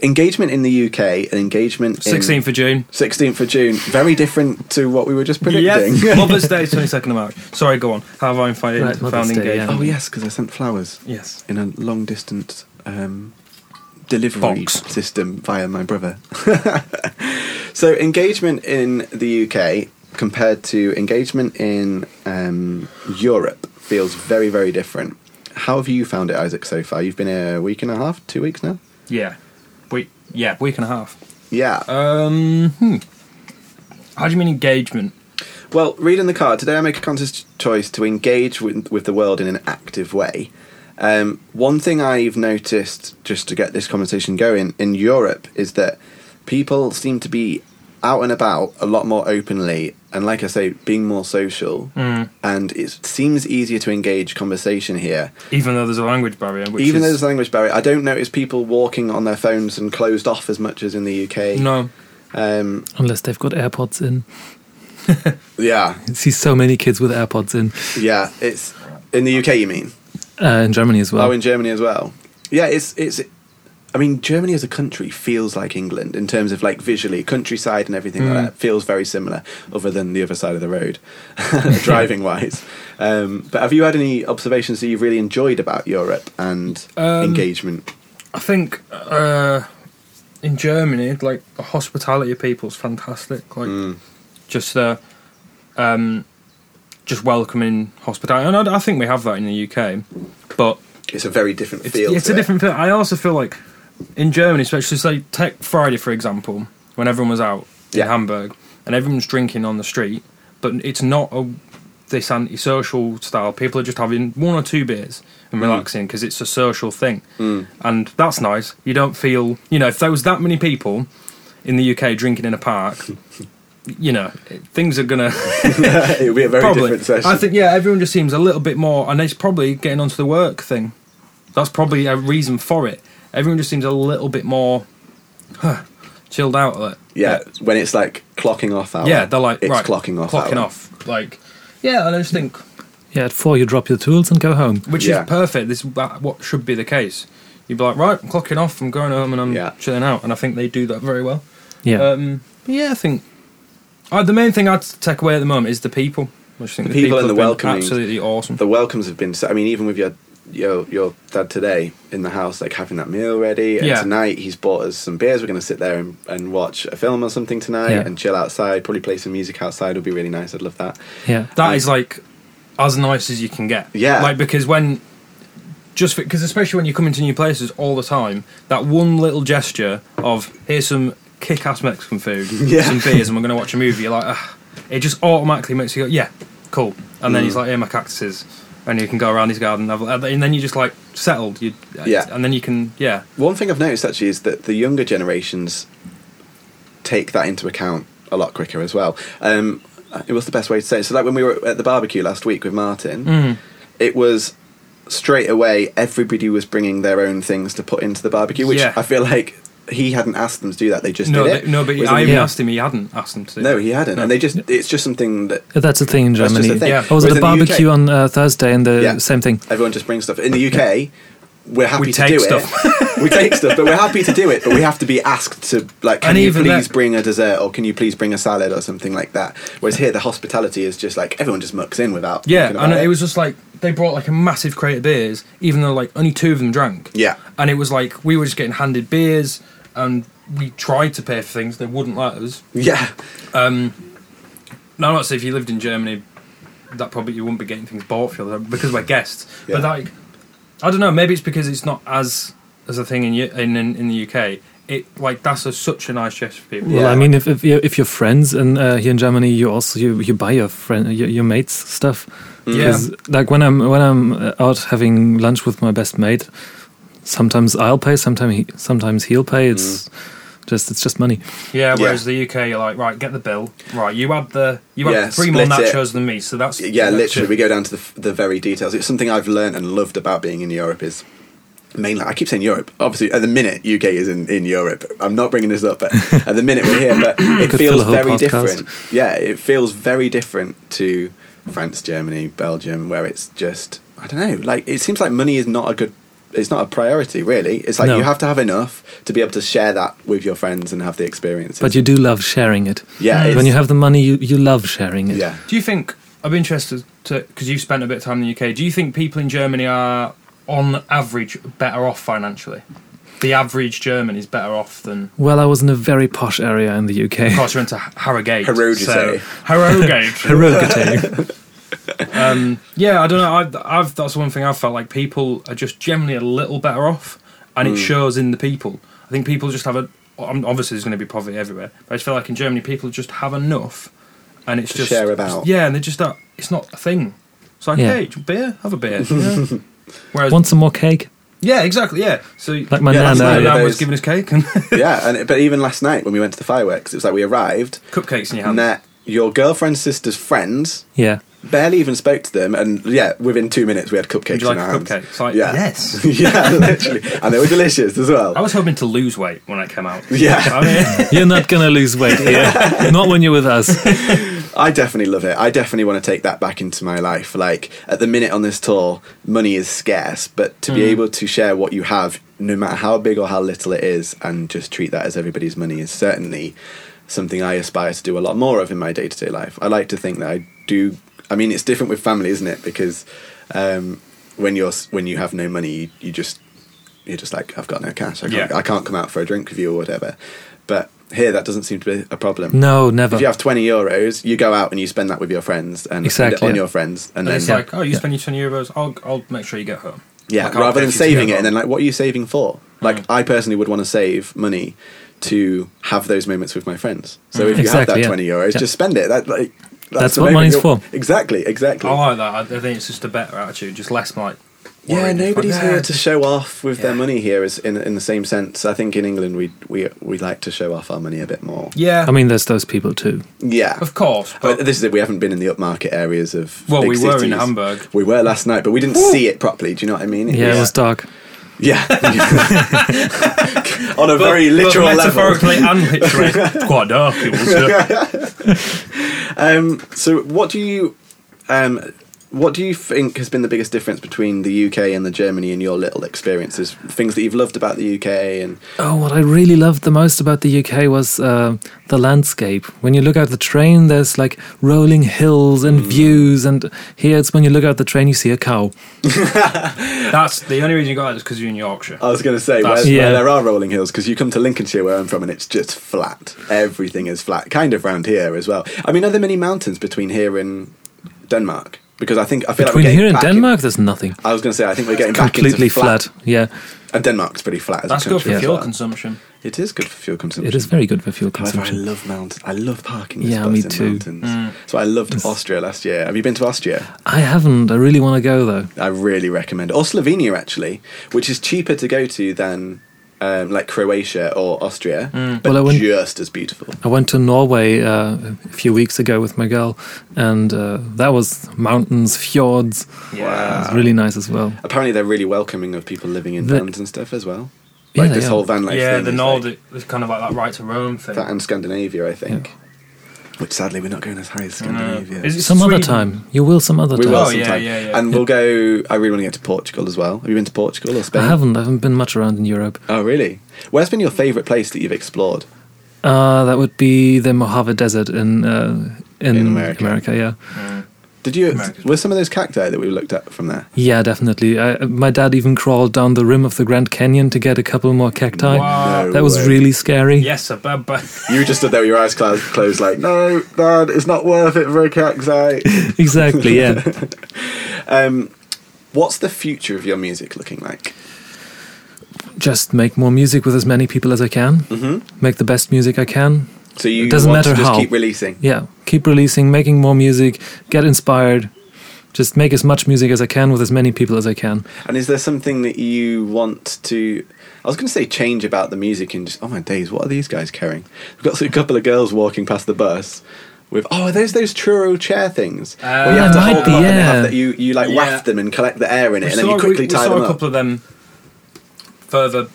S1: Engagement in the UK and engagement in
S4: 16th of June.
S1: 16th of June, very different to what we were just predicting.
S4: Yes, Mother's Day, 22nd of March. Sorry, go on. How have I found,
S3: Right, Mother's
S4: found
S3: Day, yeah.
S4: engagement?
S1: oh, yes, because I sent flowers
S4: Yes.
S1: in a long distance um, delivery
S4: Box.
S1: system via my brother. So engagement in the UK compared to engagement in um, Europe feels very, very different. How have you found it, Isaac, so far? You've been a week and a half, two weeks now.
S4: Yeah. Week, yeah, week and a half.
S1: Yeah.
S4: Um, hmm. How do you mean engagement?
S1: well, reading the card today, I make a conscious choice to engage with, with the world in an active way. Um, one thing I've noticed, just to get this conversation going, in Europe is that people seem to be out and about a lot more openly, and like I say, being more social.
S4: Mm.
S1: And it seems easier to engage conversation here.
S4: Even though there's a language barrier, which
S1: Even though
S4: is,
S1: there's a language barrier, I don't notice people walking on their phones and closed off as much as in the UK.
S4: no,
S1: Um,
S3: Unless they've got AirPods in.
S1: yeah,
S3: I see so many kids with AirPods in.
S1: yeah. It's in the UK. You mean?
S3: Uh, in Germany as well.
S1: Oh, in Germany as well. Yeah, it's it's. I mean, Germany as a country feels like England in terms of like visually countryside and everything
S4: Mm.
S1: like that. Feels very similar, other than the other side of the road, driving wise. Um, but have you had any observations that you've really enjoyed about Europe and
S4: Um,
S1: engagement?
S4: I think uh, in Germany, like the hospitality of people is fantastic. Like just uh, um, just welcoming hospitality, and I, I think we have that in the UK, but
S1: It's a very different
S4: it's,
S1: feel.
S4: it's
S1: to
S4: a
S1: it.
S4: different feel. I also feel like in Germany, especially say Tech Friday for example, when everyone was out
S1: Yeah.
S4: in Hamburg and everyone's drinking on the street, but it's not a this anti-social style. People are just having one or two beers
S1: Mm.
S4: and relaxing because it's a social thing, and that's nice. You don't feel you know if there was that many people in the UK drinking in a park. You know, it- things are gonna
S1: It'll be a very
S4: probably.
S1: different session.
S4: I think yeah, everyone just seems a little bit more, and it's probably getting onto the work thing. That's probably a reason for it. Everyone just seems a little bit more huh, chilled out. At it.
S1: yeah, when it's like clocking off hour.
S4: yeah, they're like
S1: it's
S4: right,
S1: clocking off.
S4: clocking
S1: hour.
S4: off. Like, yeah, and I just think
S3: yeah, at four you drop your tools and go home.
S4: which
S1: Yeah.
S4: is perfect. This is wha- what should be the case. You'd be like, right, I'm clocking off. I'm going home, and I'm
S1: Yeah.
S4: chilling out. And I think they do that very well.
S3: Yeah.
S4: Um, yeah, I think uh, the main thing I'd take away at the moment is the people. I just think
S1: The people and
S4: have
S1: the
S4: been
S1: welcoming.
S4: absolutely awesome.
S1: The welcomes have been. So, I mean, even with your your your dad today in the house, like having that meal ready. And
S4: Yeah.
S1: tonight he's bought us some beers. We're going to sit there and, and watch a film or something tonight
S3: Yeah.
S1: and chill outside. Probably play some music outside. Would be really nice. I'd love that.
S3: yeah.
S4: That
S1: I-
S4: is like as nice as you can get.
S1: Yeah.
S4: Like because when just because especially when you come into new places all the time, that one little gesture of here's some kick-ass Mexican food,
S1: Yeah.
S4: some beers, and we're gonna watch a movie. You're like, ah, it just automatically makes you go, yeah, cool. And then he's
S1: Mm.
S4: like, here are my cactuses, and you can go around his garden, and have- and then you just like settled. You
S1: Yeah.
S4: And then you can yeah.
S1: One thing I've noticed actually is that the younger generations take that into account a lot quicker as well. Um, it was the best way to say it. So, like when we were at the barbecue last week with Martin,
S4: Mm-hmm.
S1: it was straight away everybody was bringing their own things to put into the barbecue, which
S4: Yeah.
S1: I feel like he hadn't asked them to do that. They just
S4: No,
S1: did it.
S4: they- no, but
S1: Whereas
S4: I
S1: in
S4: even
S3: Yeah.
S4: asked him. He hadn't asked him to. do
S1: the- no,
S4: it.
S1: he hadn't. And they just—it's just something that
S3: That's a thing in
S1: That's just a
S3: Germany.
S1: thing.
S4: Yeah.
S3: I was
S1: Whereas
S3: at a
S1: in the UK-
S3: barbecue on uh, Thursday and the
S1: Yeah.
S3: same thing.
S1: Everyone just brings stuff. In the UK, we're happy
S4: We
S1: to do
S4: take stuff.
S1: it. we take stuff, but we're happy to do it. But we have to be asked to like, can
S4: And
S1: you
S4: even
S1: please
S4: that-
S1: bring a dessert or can you please bring a salad or something like that. Whereas here, the hospitality is just like everyone just mucks in without.
S4: Yeah,
S1: thinking about
S4: and it was just like they brought like a massive crate of beers, even though like only two of them drank.
S1: Yeah.
S4: and it was like we were just getting handed beers, and we tried to pay for things they wouldn't let us.
S1: yeah,
S4: Now, I'm not saying if you lived in Germany, that probably you wouldn't be getting things bought for you because we're guests. But
S1: Yeah.
S4: like, I don't know. Maybe it's because it's not as as a thing in U- in in, in the UK. It like that's a, such a nice gesture for people.
S3: Well,
S1: Yeah.
S3: I mean, if if you're, if you're friends and uh, here in Germany, you also you, you buy your friend your, your mates stuff.
S4: Yeah.
S3: 'Cause, Like when I'm when I'm uh, out having lunch with my best mate, sometimes I'll pay, sometimes he, sometimes he'll
S1: Mm-hmm.
S3: pay. It's just it's just money.
S4: Yeah, whereas
S1: Yeah.
S4: the UK, you're like, right, get the bill. Right, you had the you had
S1: Yeah,
S4: three more
S1: split it.
S4: nachos than me, so that's
S1: yeah.
S4: that's
S1: Literally,
S4: it.
S1: we go down to the, f- the very details. It's something I've learned and loved about being in Europe is. Mainly, I keep saying Europe. Obviously, at the minute UK is in, in Europe. I'm not bringing this up, but at the minute we're here, but it
S3: Could fill
S1: feels
S3: a whole
S1: very
S3: podcast.
S1: different. Yeah, it feels very different to France, Germany, Belgium, where it's just I don't know. Like it seems like money is not a good. It's not a priority, really. It's like
S3: No.
S1: you have to have enough to be able to share that with your friends and have the experiences.
S3: But you do love sharing it.
S1: Yeah, it's-
S3: When you have the money, you, you love sharing it.
S1: yeah,
S4: Do you think I'm interested to because you've spent a bit of time in the UK? Do you think people in Germany are on average better off financially? The average German is better off than.
S3: Well, I was in a very posh area in the UK.
S4: Of
S1: Oh,
S4: course, we're into Harrogate.
S1: Harrogate.
S4: So, Harrogate.
S3: Harrogate.
S4: um, yeah, I don't know. I, I've that's one thing I've felt like people are just generally a little better off,
S1: Hmm.
S4: and it shows in the people. I think people just have a. I'm- Obviously, there's going to be poverty everywhere, but I just feel like in Germany, people just have enough, and it's
S1: To
S4: just
S1: share about.
S4: Yeah, and they just not. It's not a thing. It's like,
S3: Yeah.
S4: hey, do you want beer, have a beer. Yeah. Whereas,
S3: Want some more cake?
S4: yeah, exactly, yeah. So
S3: Like my
S1: Yeah,
S3: nan.
S1: that's
S4: my
S1: like-
S3: uh,
S4: nan was
S1: those-
S4: giving us cake and
S1: yeah. And it- but even last night when we went to the fireworks, it was like we arrived
S4: cupcakes in your hand.
S1: and that your girlfriend's sister's friends
S3: yeah.
S1: barely even spoke to them, and yeah, within two minutes we had cupcakes.
S4: Would you like
S1: in
S4: a
S1: our hands.
S4: cupcake? It's like,
S1: Yeah.
S4: yes.
S1: yeah, literally, and they were delicious as well.
S4: I was hoping to lose weight when I came out.
S1: Yeah.
S4: I mean-
S3: You're not gonna lose weight here. not when you're with us.
S1: I definitely love it. I definitely want to take that back into my life. Like at the minute on this tour, money is scarce, but to be able to share what you have, no matter how big or how little it is, and just treat that as everybody's money is certainly something I aspire to do a lot more of in my day to day life. I like to think that I do. I mean, it's different with family, isn't it? Because um, when you're s- when you have no money, you, you just you're just like I've got no cash. I can't,
S4: Yeah.
S1: I can't come out for a drink with you or whatever. But here, that doesn't seem to be a problem
S3: No, never.
S1: if you have 20 euros you go out and you spend that with your friends and
S3: Exactly,
S1: on
S3: yeah.
S1: your friends and
S4: And
S1: then
S4: it's like, oh, you
S3: Yeah.
S4: spend your 10 euros, I'll, I'll make sure you get home.
S1: yeah
S4: Like, I'll
S1: rather
S4: take
S1: than
S4: you to
S1: saving
S4: get
S1: it and then
S4: home.
S1: like what are you saving for like
S4: Mm.
S1: i personally would want to save money to have those moments with my friends so
S4: Mm.
S1: if you
S3: Exactly,
S1: have that
S3: yeah.
S1: 20 euros
S3: Yeah.
S1: just spend it that like
S3: That's
S1: the moment
S3: what money's
S1: you're-
S3: for.
S1: exactly exactly
S4: I like that. I, I think it's just a better attitude, just less like.
S1: yeah
S4: worried.
S1: nobody's
S4: Like,
S1: here to show off with their
S4: Yeah.
S1: money here is in, in the same sense i think in england we, we we like to show off our money a bit more
S4: Yeah,
S3: I mean, there's those people too.
S1: yeah
S4: of course.
S1: But
S4: But
S1: this is it. We haven't been in the upmarket areas of.
S4: Oh. Well,
S1: big
S4: we were in
S1: cities.
S4: Hamburg.
S1: We were last night, but we didn't see it properly. Do you know what I mean? It
S3: Yeah, it was
S1: was-
S3: dark.
S1: yeah. On a
S4: but-
S1: very
S4: but
S1: literal level.
S4: metaphorically and literally, it's quite dark. It was, yeah.
S1: Um, so, what do you, um, what do you think has been the biggest difference between the UK and the Germany in your little experiences? Things that you've loved about the UK and
S3: Oh, what I really loved the most about the UK was uh, the landscape. When you look out the train, there's like rolling hills and
S1: Mm.
S3: views, and here it's when you look out the train, you see a cow.
S4: That's the only reason you got that is because you're in Yorkshire.
S1: I was going to say where,
S4: That's-
S1: where
S3: Yeah.
S1: there are rolling hills because you come to Lincolnshire where I'm from and it's just flat. Everything is flat, kind of round here as well. I mean, are there many mountains between here and Denmark? Because I think I feel
S3: Between
S1: like we're
S3: here
S1: getting
S3: and
S1: back in-
S3: Denmark, there's nothing.
S1: I was going to say I think we're getting
S3: Completely
S1: back into flat,
S3: flat. Yeah,
S1: and Denmark's pretty flat. As
S4: That's
S1: a
S4: good
S1: country
S4: for
S1: as
S4: fuel
S1: well.
S4: consumption.
S1: It is good for fuel consumption.
S3: it is very good for fuel
S1: However, I
S3: consumption.
S1: love mountains. I love parking
S3: Yeah,
S1: spots
S3: me
S1: in
S3: too.
S1: mountains.
S4: Mm.
S1: So I loved Austria last year. Have you been to Austria?
S3: I haven't. I really want to go though.
S1: I really recommend it. Or Slovenia, actually, which is cheaper to go to than um, like Croatia or Austria,
S4: Mm.
S1: but
S3: Well, I wouldn't-
S1: just as beautiful.
S3: I went to Norway uh, a few weeks ago with my girl, and uh, that was mountains, fjords.
S4: Yeah.
S3: It's really nice as well.
S1: Apparently, they're really welcoming of people living in
S3: The-
S1: vans and stuff as well.
S3: Yeah,
S1: Like
S3: they
S1: this
S3: are.
S1: whole van life.
S4: yeah,
S1: thing
S4: the
S1: is, like,
S4: Nordic is kind of like that right to roam thing.
S1: that and Scandinavia, I think. Which sadly, we're not going as high as Scandinavia.
S4: Mm. Is it
S3: Some other time.
S4: Sweden?
S3: You will some other
S1: we
S3: time.
S1: will
S4: Oh, yeah,
S1: sometime,
S4: yeah, yeah.
S1: and we'll go. I really want to get to Portugal as well. Have you been to Portugal or Spain?
S3: I haven't. I haven't been much around in Europe.
S1: Oh, really? Where's been your favourite place that you've explored?
S3: Uh, that would be the Mojave Desert in uh, in,
S1: In America.
S3: Yeah,
S1: Did you?
S4: America's-
S1: Were some of those cacti that we looked at from there?
S3: yeah, definitely. I, my dad even crawled down the rim of the Grand Canyon to get a couple more cacti.
S4: Wow.
S1: No
S3: That was
S1: way.
S3: really scary.
S4: Yes, a bad, bad.
S1: You just stood there with your eyes closed, closed like, no, Dad, it's not worth it for a cacti.
S3: exactly. Yeah.
S1: Um, what's the future of your music looking like?
S3: just make more music with as many people as I can. Mm-hmm. Make the best music I can.
S1: So you
S3: It doesn't
S1: want to
S3: matter
S1: just
S3: how.
S1: keep releasing.
S3: Yeah, keep releasing, making more music, get inspired. Just make as much music as I can with as many people as I can.
S1: And is there something that you want to? I was going to say change about the music and just oh my days, what are these guys carrying? We've got a couple of girls walking past the bus with oh, are those those churro chair things? Where you
S4: Uh,
S1: have to
S4: Might
S1: hold
S3: be,
S1: them up and they have
S3: yeah.
S1: that you you like
S4: Yeah.
S1: waft them and collect the air in it,
S4: We
S1: and then you
S4: saw-
S1: quickly
S4: we, we
S1: tie
S4: saw
S1: them
S4: a
S1: up
S4: couple of them further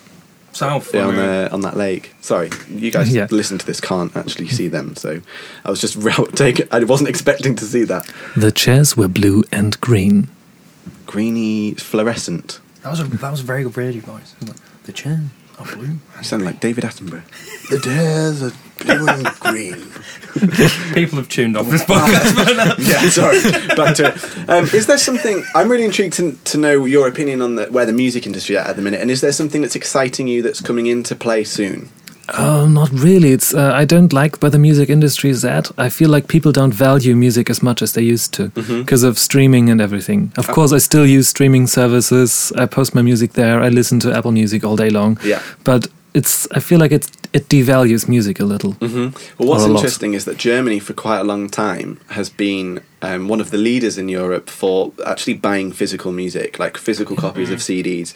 S4: south.
S1: Yeah,
S4: when
S1: on
S4: we were-
S1: the, on that lake. Sorry, you guys
S3: Yeah.
S1: listen to this can't actually see them. So I was just take. I wasn't expecting to see that
S3: The chairs were blue and green.
S1: greeny fluorescent.
S4: That was a that was a very good radio voice. Isn't it? The chin, oh blue.
S1: You sound like David Attenborough. the dares are blue and green.
S4: People have tuned off this podcast.
S1: yeah, sorry. Back to it. Um, is there something I'm really intrigued to, to know your opinion on the, where the music industry at at the minute, and is there something that's exciting you that's coming into play soon?
S3: Oh, not really. It's uh, I don't like where the music industry is at. I feel like people don't value music as much as they used to because of streaming and everything. Of course, I still use streaming services. I post my music there. I listen to Apple Music all day long.
S1: Yeah.
S3: but it's I feel like it it devalues music a little.
S1: Mm. Well, what's
S3: Or a lot.
S1: interesting is that Germany, for quite a long time, has been um, one of the leaders in Europe for actually buying physical music, like physical copies of CDs.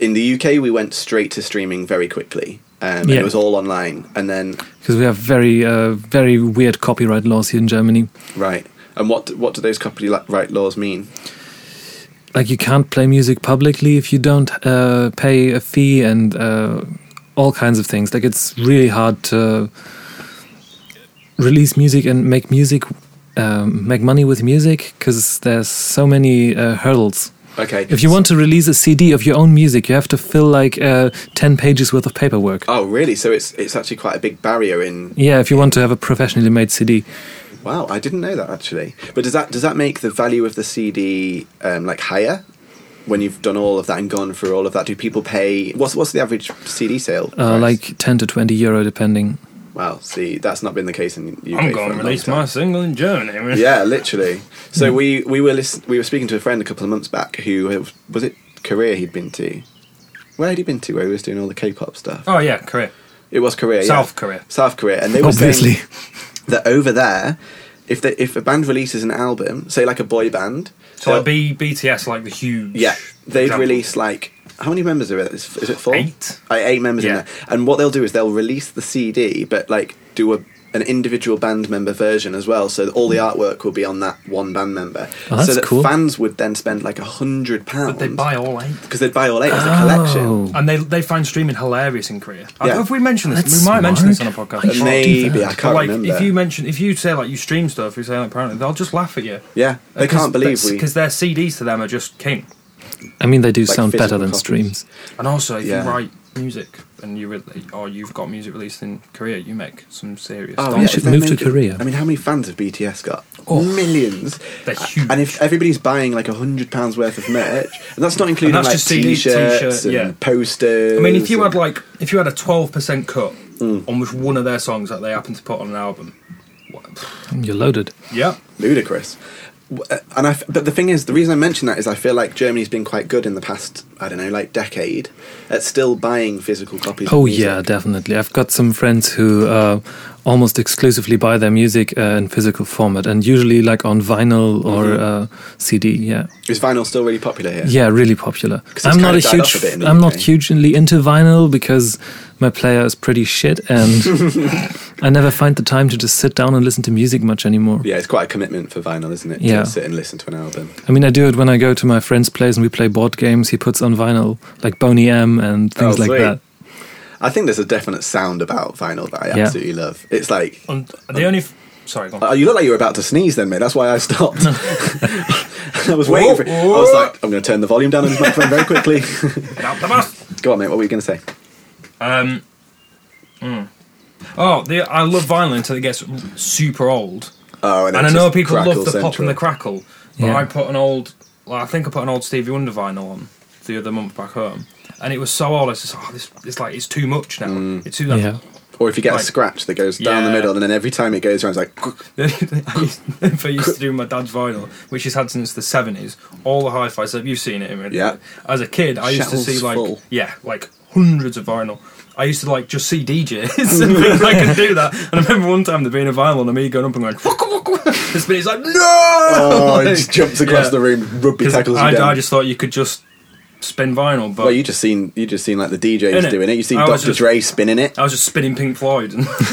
S1: In the UK, we went straight to streaming very quickly. Um, and
S3: Yeah.
S1: It was all online, and then
S3: because we have very uh, very weird copyright laws here in Germany.
S1: right. And what what do those copyright laws mean?
S3: Like you can't play music publicly if you don't uh, pay a fee and uh, all kinds of things. Like it's really hard to release music and make music um, make money with music because there's so many uh, hurdles.
S1: Okay,
S3: If you want to release a CD of your own music, you have to fill like uh, ten pages worth of paperwork.
S1: Oh, really? So it's it's actually quite a big barrier in
S3: Yeah, if you want to have a professionally made CD.
S1: Wow, I didn't know that actually. But does that does that make the value of the CD um, like higher when you've done all of that and gone through all of that? Do people pay? What's what's the average CD sale?
S3: Uh,
S1: price?
S3: like 10 to 20 euro depending
S1: wow, see, that's not been the case in UK. for
S4: I'm
S1: a
S4: going
S1: long
S4: to release
S1: time.
S4: my single in Germany.
S1: Yeah, literally. So we we were listen, we were speaking to a friend a couple of months back who had- was it Korea he'd been to. Where had he been to? Where he was doing all the K-pop stuff.
S4: Oh yeah, Korea.
S1: It was Korea, yeah.
S4: South Korea.
S1: South Korea, and they were
S3: Obviously.
S1: saying that over there, if they, if a band releases an album, say like a boy band,
S4: So
S1: they'll-
S4: like B, BTS like the huge.
S1: yeah, they'd
S4: example.
S1: release like how many members are it? Is, is it four?
S4: Eight.
S1: Uh, eight members in
S4: Yeah.
S1: there, and what they'll do is they'll release the CD, but like do a an individual band member version as well, so that all the artwork will be on that one band member.
S3: Oh, that's
S1: so that
S3: cool.
S1: fans would then spend like a hundred pounds
S4: But they buy all eight.
S1: because they'd buy all eight as a collection.
S3: Oh.
S4: And they they find streaming hilarious in Korea. I
S1: Yeah.
S4: don't know if we mention this,
S3: That's
S4: we might mention this on a
S3: smart.
S4: podcast.
S3: I should
S1: Maybe,
S3: do that.
S1: I can't
S4: But like,
S1: remember.
S4: if you mention, if you say like you stream stuff, you say like apparently they'll just laugh at you.
S1: yeah, they can't believe we.
S4: because their CDs to them are just king.
S3: I mean, they do
S1: Like
S3: sound better
S1: physical
S3: than
S1: copies.
S3: streams.
S4: And also, if
S1: Yeah.
S4: you write music and you re- or you've got music released in Korea, you make some serious.
S1: Oh,
S4: Oh,
S1: yeah,
S3: should
S1: if they
S3: move to
S1: make it-
S3: Korea.
S1: I mean, how many fans have BTS got? Millions.
S4: They're
S1: A-
S4: huge.
S1: And if everybody's buying like a hundred pounds worth of merch, and that's not including
S4: that's
S1: like
S4: just CD,
S1: t-shirts
S4: t-shirt,
S1: and
S4: yeah.
S1: posters.
S4: I mean, if you had
S1: and-
S4: like if you had a twelve percent cut
S1: Hmm.
S4: on which one of their songs that they happen to put on an album, what-
S3: You're loaded.
S4: yeah,
S1: ludicrous. W- uh, And I, f- but the thing is, the reason I mention that is I feel like Germany's been quite good in the past, I don't know, like decade at still buying physical copies. of
S3: Oh
S1: music.
S3: yeah, definitely. I've got some friends who uh, almost exclusively buy their music uh, in physical format and usually like on vinyl or
S1: Mm-hmm.
S3: uh, CD. Yeah,
S1: Is vinyl still really popular here?
S3: yeah, really popular.
S1: 'Cause it's
S3: I'm not
S1: kinda
S3: a
S1: died off
S3: huge.
S1: a bit in the
S3: I'm not
S1: UK.
S3: hugely into vinyl because my player is pretty shit, and I never find the time to just sit down and listen to music much anymore.
S1: Yeah, it's quite a commitment for vinyl, isn't it?
S3: Yeah.
S1: To sit and listen to an album.
S3: I mean, I do it when I go to my friend's place and we play board games. He puts on vinyl, like Boney M and things
S1: Oh,
S3: like
S1: sweet.
S3: that.
S1: I think there's a definite sound about vinyl that I
S3: Yeah.
S1: absolutely love. It's like
S4: And the only. F- Sorry, go on.
S1: Oh, you look like you were about to sneeze then, mate. That's why I stopped. I was waiting for I was like, I'm going to turn the volume down on this microphone very quickly.
S4: Get out the bus.
S1: Go on, mate. What were you going to say?
S4: Um, mm. Oh, the, I love vinyl until it gets super old.
S1: Oh,
S4: and I
S1: it's
S4: know
S1: just
S4: people
S1: Crackle
S4: love the pop
S1: Central.
S4: and the crackle, but
S3: Yeah.
S4: I put an old, like, I think I put an old Stevie Wonder vinyl on the other month back home, and it was so old. It's just, oh, this, it's like it's too much now.
S1: Hmm.
S4: It's too
S3: Yeah.
S4: like,
S1: Or if you get
S4: Like-
S1: a scratch that goes down the
S4: Yeah.
S1: middle, and then every time it goes around, it's like,
S4: I used- I used to do my dad's vinyl, which he's had since the seventies. All the hi-fi stuff you've seen it. Imran.
S1: Yeah.
S4: As a kid, I used to
S1: Shelves
S4: see like
S1: full.
S4: yeah, like hundreds of vinyl. I used to like just see DJs and think I could do that. And I remember one time there being a vinyl and me going up and going, waka, waka, waka. and Spinny's like, no!
S1: oh, it
S4: Like,
S1: just jumps across
S4: yeah.
S1: the room, rugby
S4: 'Cause
S1: tackles you
S4: I,
S1: down.
S4: I just thought you could just spin vinyl, but
S1: well, you just seen you just seen like the DJs
S4: Innit?
S1: doing it. You seen
S4: I
S1: Dr.
S4: was just-
S1: Dre spinning it.
S4: I was just spinning Pink Floyd. And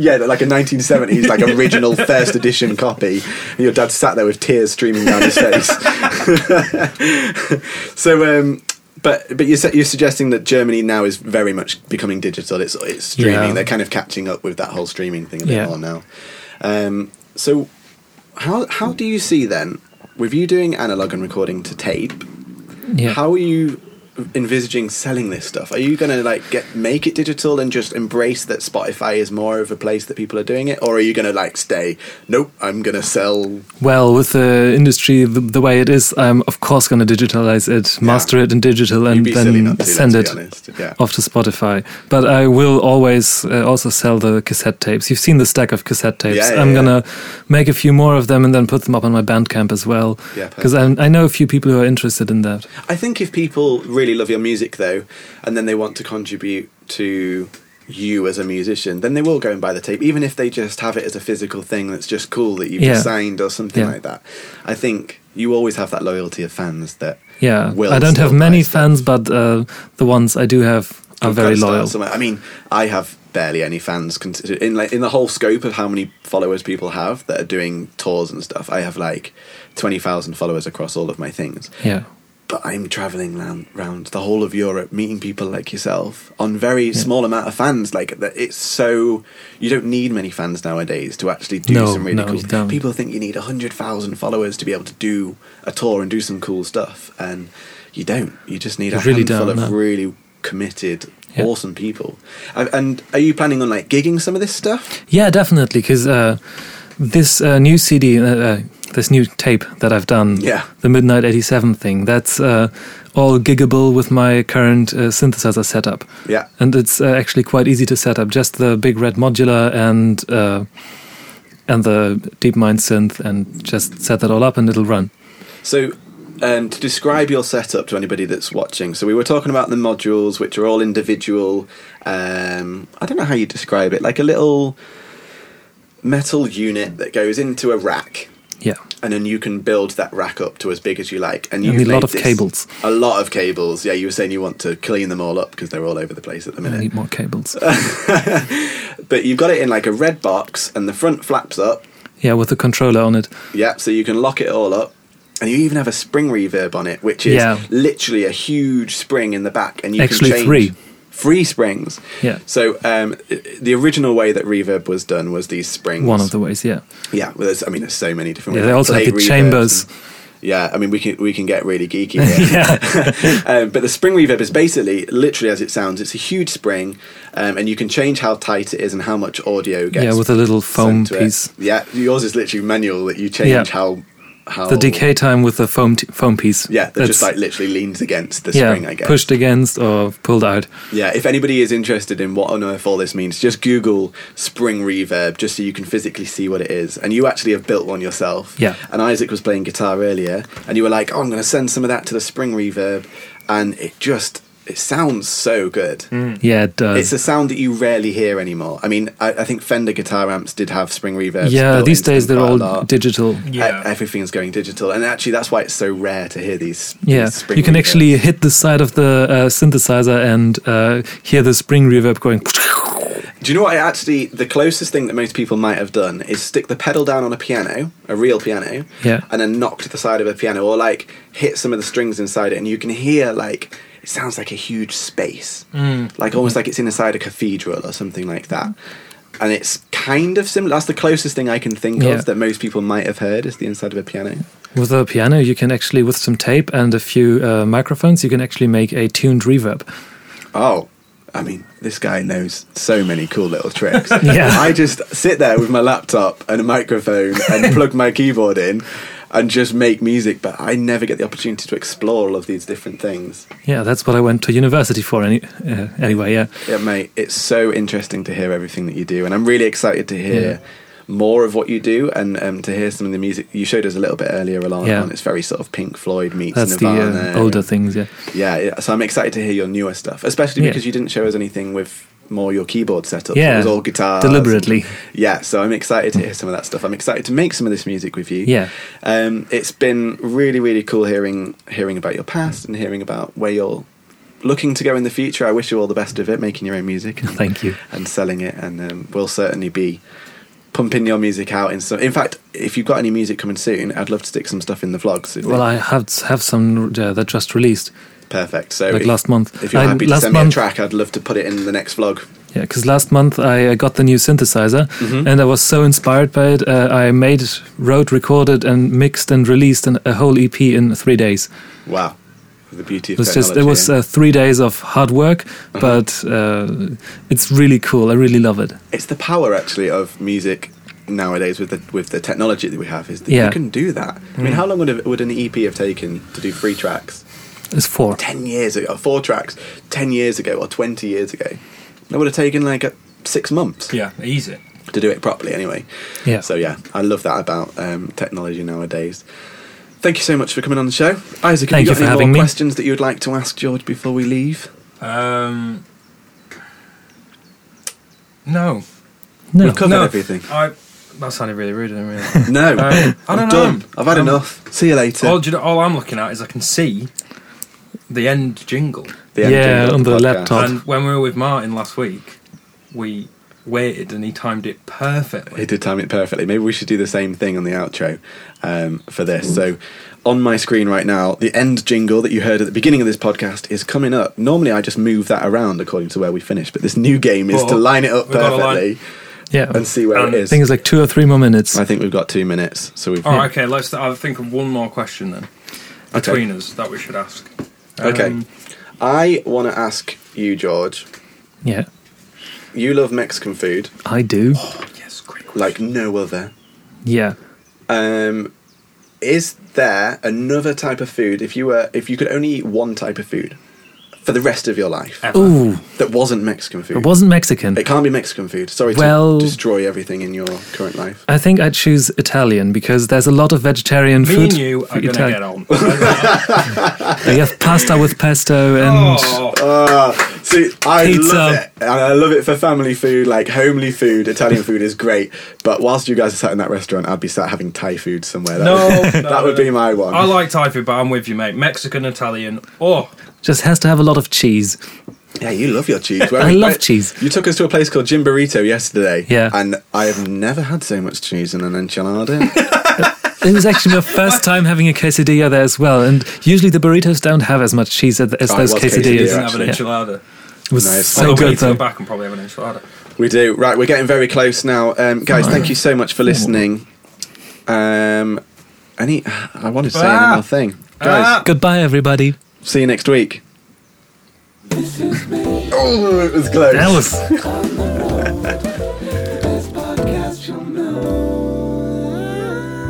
S1: yeah, like a 1970s, like original first edition copy. And your dad sat there with tears streaming down his face. so, um, but but you're, su- you're suggesting that Germany now is very much becoming digital. It's it's streaming.
S3: Yeah.
S1: They're kind of catching up with that whole streaming thing a bit
S3: Yeah.
S1: more now. Um, so, how how do you see then with you doing analog and recording to tape?
S3: Yeah.
S1: How are you envisaging selling this stuff? Are you gonna like get make it digital and just embrace that Spotify is more of a place that people are doing it, or are you gonna like stay? Nope, I'm gonna sell.
S3: Well, with the industry the, the way it is, I'm of course going to digitalize it, master it in digital,
S1: You'd
S3: and
S1: be silly
S3: then
S1: not to do
S3: send
S1: that,
S3: it
S1: to be honest. Yeah.
S3: off to Spotify. But I will always uh, also sell the cassette tapes. You've seen the stack of cassette tapes.
S1: Yeah, yeah,
S3: I'm
S1: yeah.
S3: gonna make a few more of them and then put them up on my Bandcamp as well.
S1: Yeah,
S3: because I, I know a few people who are interested in that.
S1: I think if people really love your music though, and then they want to contribute to you as a musician, then they will go and buy the tape, even if they just have it as a physical thing that's just cool that you've
S3: Yeah.
S1: signed or something
S3: Yeah.
S1: like that. I think you always have that loyalty of fans that
S3: Yeah,
S1: will
S3: I don't
S1: still
S3: have
S1: buy
S3: many
S1: stuff.
S3: fans, but uh, the ones I do have are
S1: I've
S3: very
S1: gotta start
S3: loyal.
S1: somewhere. I mean, I have barely any fans consider- in like in the whole scope of how many followers people have that are doing tours and stuff. I have like twenty thousand followers across all of my things,
S3: Yeah,
S1: but I'm traveling round, round the whole of Europe, meeting people like yourself on very small amount of fans. Like that, it's so you don't need many fans nowadays to actually do
S3: No,
S1: some really
S3: no,
S1: cool.
S3: you don't.
S1: People think you need hundred thousand followers to be able to do a tour and do some cool stuff, and you don't. You just need
S3: You
S1: a
S3: really
S1: handful
S3: don't,
S1: of
S3: no.
S1: really committed.
S3: Yeah.
S1: Awesome people, and, and are you planning on like gigging some of this stuff?
S3: yeah, definitely. Because uh, this uh, new CD, uh, uh, this new tape that I've done,
S1: Yeah.
S3: the Midnight '87 thing, that's uh, all giggable with my current uh, synthesizer setup,
S1: Yeah,
S3: and it's uh, actually quite easy to set up. Just the big red modular and uh, and the DeepMind synth, and just set that all up, and it'll run.
S1: So, um, to describe your setup to anybody that's watching, so we were talking about the modules, which are all individual. Um, I don't know how you describe it, like a little metal unit that goes into a rack,
S3: Yeah,
S1: and then you can build that rack up to as big as you like. And you
S3: need a lot
S1: made
S3: of
S1: this-
S3: cables.
S1: A lot of cables. Yeah, you were saying you want to clean them all up because they're all over the place at the
S3: I
S1: minute.
S3: need more cables.
S1: But you've got it in like a red box, and the front flaps up,
S3: yeah, with the controller on it.
S1: Yep, so you can lock it all up. And you even have a spring reverb on it, which is
S3: Yeah.
S1: literally a huge spring in the back, and you
S3: Actually,
S1: can change
S3: three.
S1: three springs.
S3: Yeah.
S1: So um, i- the original way that reverb was done was these springs.
S3: One of the ways. Yeah.
S1: Yeah, well, there's, I mean, there's so many different.
S3: Yeah,
S1: ways.
S3: they also have
S1: Plate
S3: the
S1: reverbs
S3: chambers.
S1: and- yeah, I mean, we can we can get really geeky. Here. um, but the spring reverb is basically, literally as it sounds, it's a huge spring, um, and you can change how tight it is and how much audio gets.
S3: Yeah, with a little foam
S1: sent to it.
S3: piece.
S1: Yeah, yours is literally manual that you change
S3: Yeah.
S1: how how
S3: The decay time with the foam t- foam piece.
S1: Oh. Yeah, that just
S3: That's-
S1: like literally leans against the
S3: yeah,
S1: spring. I guess.
S3: pushed against or pulled out.
S1: Yeah, if anybody is interested in what on earth all this means, just Google spring reverb just so you can physically see what it is. And you actually have built one yourself.
S3: Yeah.
S1: And Isaac was playing guitar earlier, and you were like, "Oh, I'm going to send some of that to the spring reverb," and it just it sounds so good.
S3: Yeah, it does.
S1: It's a sound that you rarely hear anymore. I mean, I, I think Fender guitar amps did have spring reverbs.
S3: yeah,
S1: built
S3: these
S1: into
S3: days
S1: them
S3: they're
S1: quite a
S3: all
S1: lot.
S3: digital.
S1: E-
S4: Yeah.
S1: everything's going digital, and actually that's why it's so rare to hear these.
S3: Yeah,
S1: these spring
S3: you can
S1: reverbs.
S3: actually hit the side of the uh, synthesizer and uh, hear the spring reverb going.
S1: Do you know what? I actually the closest thing that most people might have done is stick the pedal down on a piano, a real piano,
S3: Yeah.
S1: and then knocked the side of a piano, or like hit some of the strings inside it, and you can hear like it sounds like a huge space,
S3: Mm.
S1: like almost like it's inside a cathedral or something like that. And it's kind of similar. That's the closest thing I can think
S3: Yeah.
S1: of that most people might have heard is the inside of a piano.
S3: With a piano, you can actually, with some tape and a few uh, microphones, you can actually make a tuned reverb.
S1: Oh, I mean, this guy knows so many cool little tricks.
S3: Yeah.
S1: I just sit there with my laptop and a microphone and plug my keyboard in and just make music, but I never get the opportunity to explore all of these different things.
S3: Yeah, that's what I went to university for. Any, uh, anyway, yeah,
S1: Yeah, mate, it's so interesting to hear everything that you do, and I'm really excited to hear. More of what you do, and um, to hear some of the music you showed us a little bit earlier along,
S3: Yeah.
S1: and it's very sort of Pink Floyd meets
S3: that's the
S1: Nirvana.
S3: uh, older things. Yeah,
S1: Yeah, yeah, so I'm excited to hear your newer stuff, especially
S3: Yeah.
S1: because you didn't show us anything with more your keyboard setup.
S3: Yeah,
S1: it was all guitar
S3: deliberately.
S1: yeah, so I'm excited to hear some of that stuff. I'm excited to make some of this music with you.
S3: Yeah.
S1: um, it's been really, really cool hearing hearing about your past and hearing about where you're looking to go in the future. I wish you all the best of it, making your own music. and-
S3: Thank you.
S1: and selling it, and um, we'll certainly be pumping your music out. In some, in fact, if you've got any music coming soon, I'd love to stick some stuff in the vlogs. if-
S3: Well, I have have some uh, that just released.
S1: Perfect. So
S3: Like
S1: if-
S3: last month.
S1: if you're
S3: I-
S1: happy to
S3: last
S1: send me a
S3: month-
S1: track, I'd love to put it in the next vlog.
S3: Yeah, because last month I uh, got the new synthesizer, and I was so inspired by it. Uh, I made, wrote, recorded, and mixed and released an, a whole EP in three days.
S1: Wow, the beauty of
S3: It was
S1: technology.
S3: just it was
S1: eh?
S3: uh, three days of hard work, but uh, it's really cool. I really love it.
S1: it's the power actually of music nowadays with the with the technology that we have is that
S3: Yeah. Mm.
S1: you can do that. I mean, how long would, have, would an EP have taken to do three tracks?
S3: It's four.
S1: Ten years ago, or four tracks, ten years ago, or twenty years ago. That would have taken like uh, six months
S4: Yeah, easy.
S1: to do it properly. Anyway,
S3: Yeah.
S1: So yeah, I love that about um, technology nowadays. Thank you so much for coming on the show, Isaac. Have
S3: Thank
S1: you
S3: you
S1: got
S3: for
S1: any
S3: having
S1: more
S3: me.
S1: questions that you would like to ask George before we leave?
S4: Um, no,
S3: No,
S1: We've covered
S4: no.
S1: everything.
S4: I. That sounded really rude. I didn't really.
S1: No,
S4: I
S1: I'm
S4: don't
S1: done.
S4: know.
S1: I've had
S4: Um,
S1: enough. See you later.
S4: all, do you know, all I'm looking at is I can see the end jingle.
S1: The end
S3: Yeah,
S1: jingle of
S3: on the
S1: podcast.
S3: laptop.
S4: And when we were with Martin last week, we waited and he timed it perfectly.
S1: He did time it perfectly. Maybe we should do the same thing on the outro um, for this. So, on my screen right now, the end jingle that you heard at the beginning of this podcast is coming up. Normally, I just move that around according to where we finish, but this new game is
S4: But
S1: to line it up
S4: we've got a line.
S1: perfectly
S3: yeah.
S1: and see where
S4: And
S1: it
S3: I
S1: is.
S3: think it's like two or three more minutes.
S1: I think we've got two minutes, so we've.
S4: All right, okay. Let's. I think of one more question then
S1: Okay.
S4: between us that we should ask.
S1: Okay.
S4: Um,
S1: I want to ask you, George.
S3: yeah,
S1: You love Mexican food
S3: I do.
S4: yes, great. question.
S1: like no other.
S3: Yeah.
S1: Um, is there another type of food if you were if you could only eat one type of food for the rest of your life
S3: Um,
S4: Ever.
S3: Ooh,
S1: that wasn't Mexican food?
S3: it wasn't Mexican.
S1: It can't be Mexican food. Sorry
S3: Well-
S1: to destroy everything in your current life.
S3: I think I'd choose Italian because there's a lot of vegetarian
S4: Me
S3: food.
S4: and you
S3: for
S4: are going to
S3: Italian-
S4: get on.
S3: We have pasta with pesto and
S4: oh,
S1: See, I
S3: Pizza.
S1: love it. And I love it for family food, like homely food. Italian food is great. But whilst you guys are sat in that restaurant, I'd be sat having Thai food somewhere. That
S4: No,
S1: would,
S4: no,
S1: that would
S4: no.
S1: be my one.
S4: I like Thai food, but I'm with you, mate. Mexican, Italian. Oh,
S3: just has to have a lot of cheese.
S1: Yeah, you love your cheese.
S3: I love cheese.
S1: You took us to a place called Jim Burrito yesterday.
S3: Yeah.
S1: And I have never had so much cheese in an enchilada.
S3: It was actually my first time having a quesadilla there as well, and usually the burritos don't have as much cheese as, as
S1: Oh, it
S3: those
S1: was
S4: he
S1: quesadilla,
S3: quesadillas.
S4: doesn't have an
S3: Yeah.
S4: enchilada.
S3: It was
S1: Nice.
S3: so
S4: Although we
S3: good
S4: need to go
S3: though.
S4: back and probably have an enchilada.
S1: we do. Right, we're getting very close now. Um, guys, thank you so much for listening. Um, any, I wanted to say
S4: Ah.
S1: one more thing. Guys,
S4: Ah.
S3: Goodbye, everybody.
S1: see you next week.
S2: This is me.
S1: Oh, it was close.
S3: That was.
S2: on the road. The best podcast you'll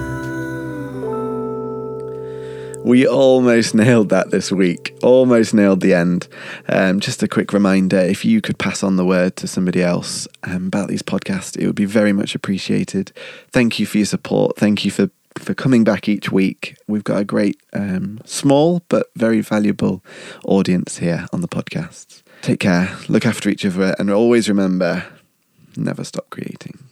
S2: know.
S1: We almost nailed that this week. Almost nailed the end. Um, just a quick reminder if you could pass on the word to somebody else um, about these podcasts, it would be very much appreciated. Thank you for your support. Thank you for for coming back each week. We've got a great, um, small but very valuable audience here on the podcast. Take care, look after each other, and always remember never stop creating.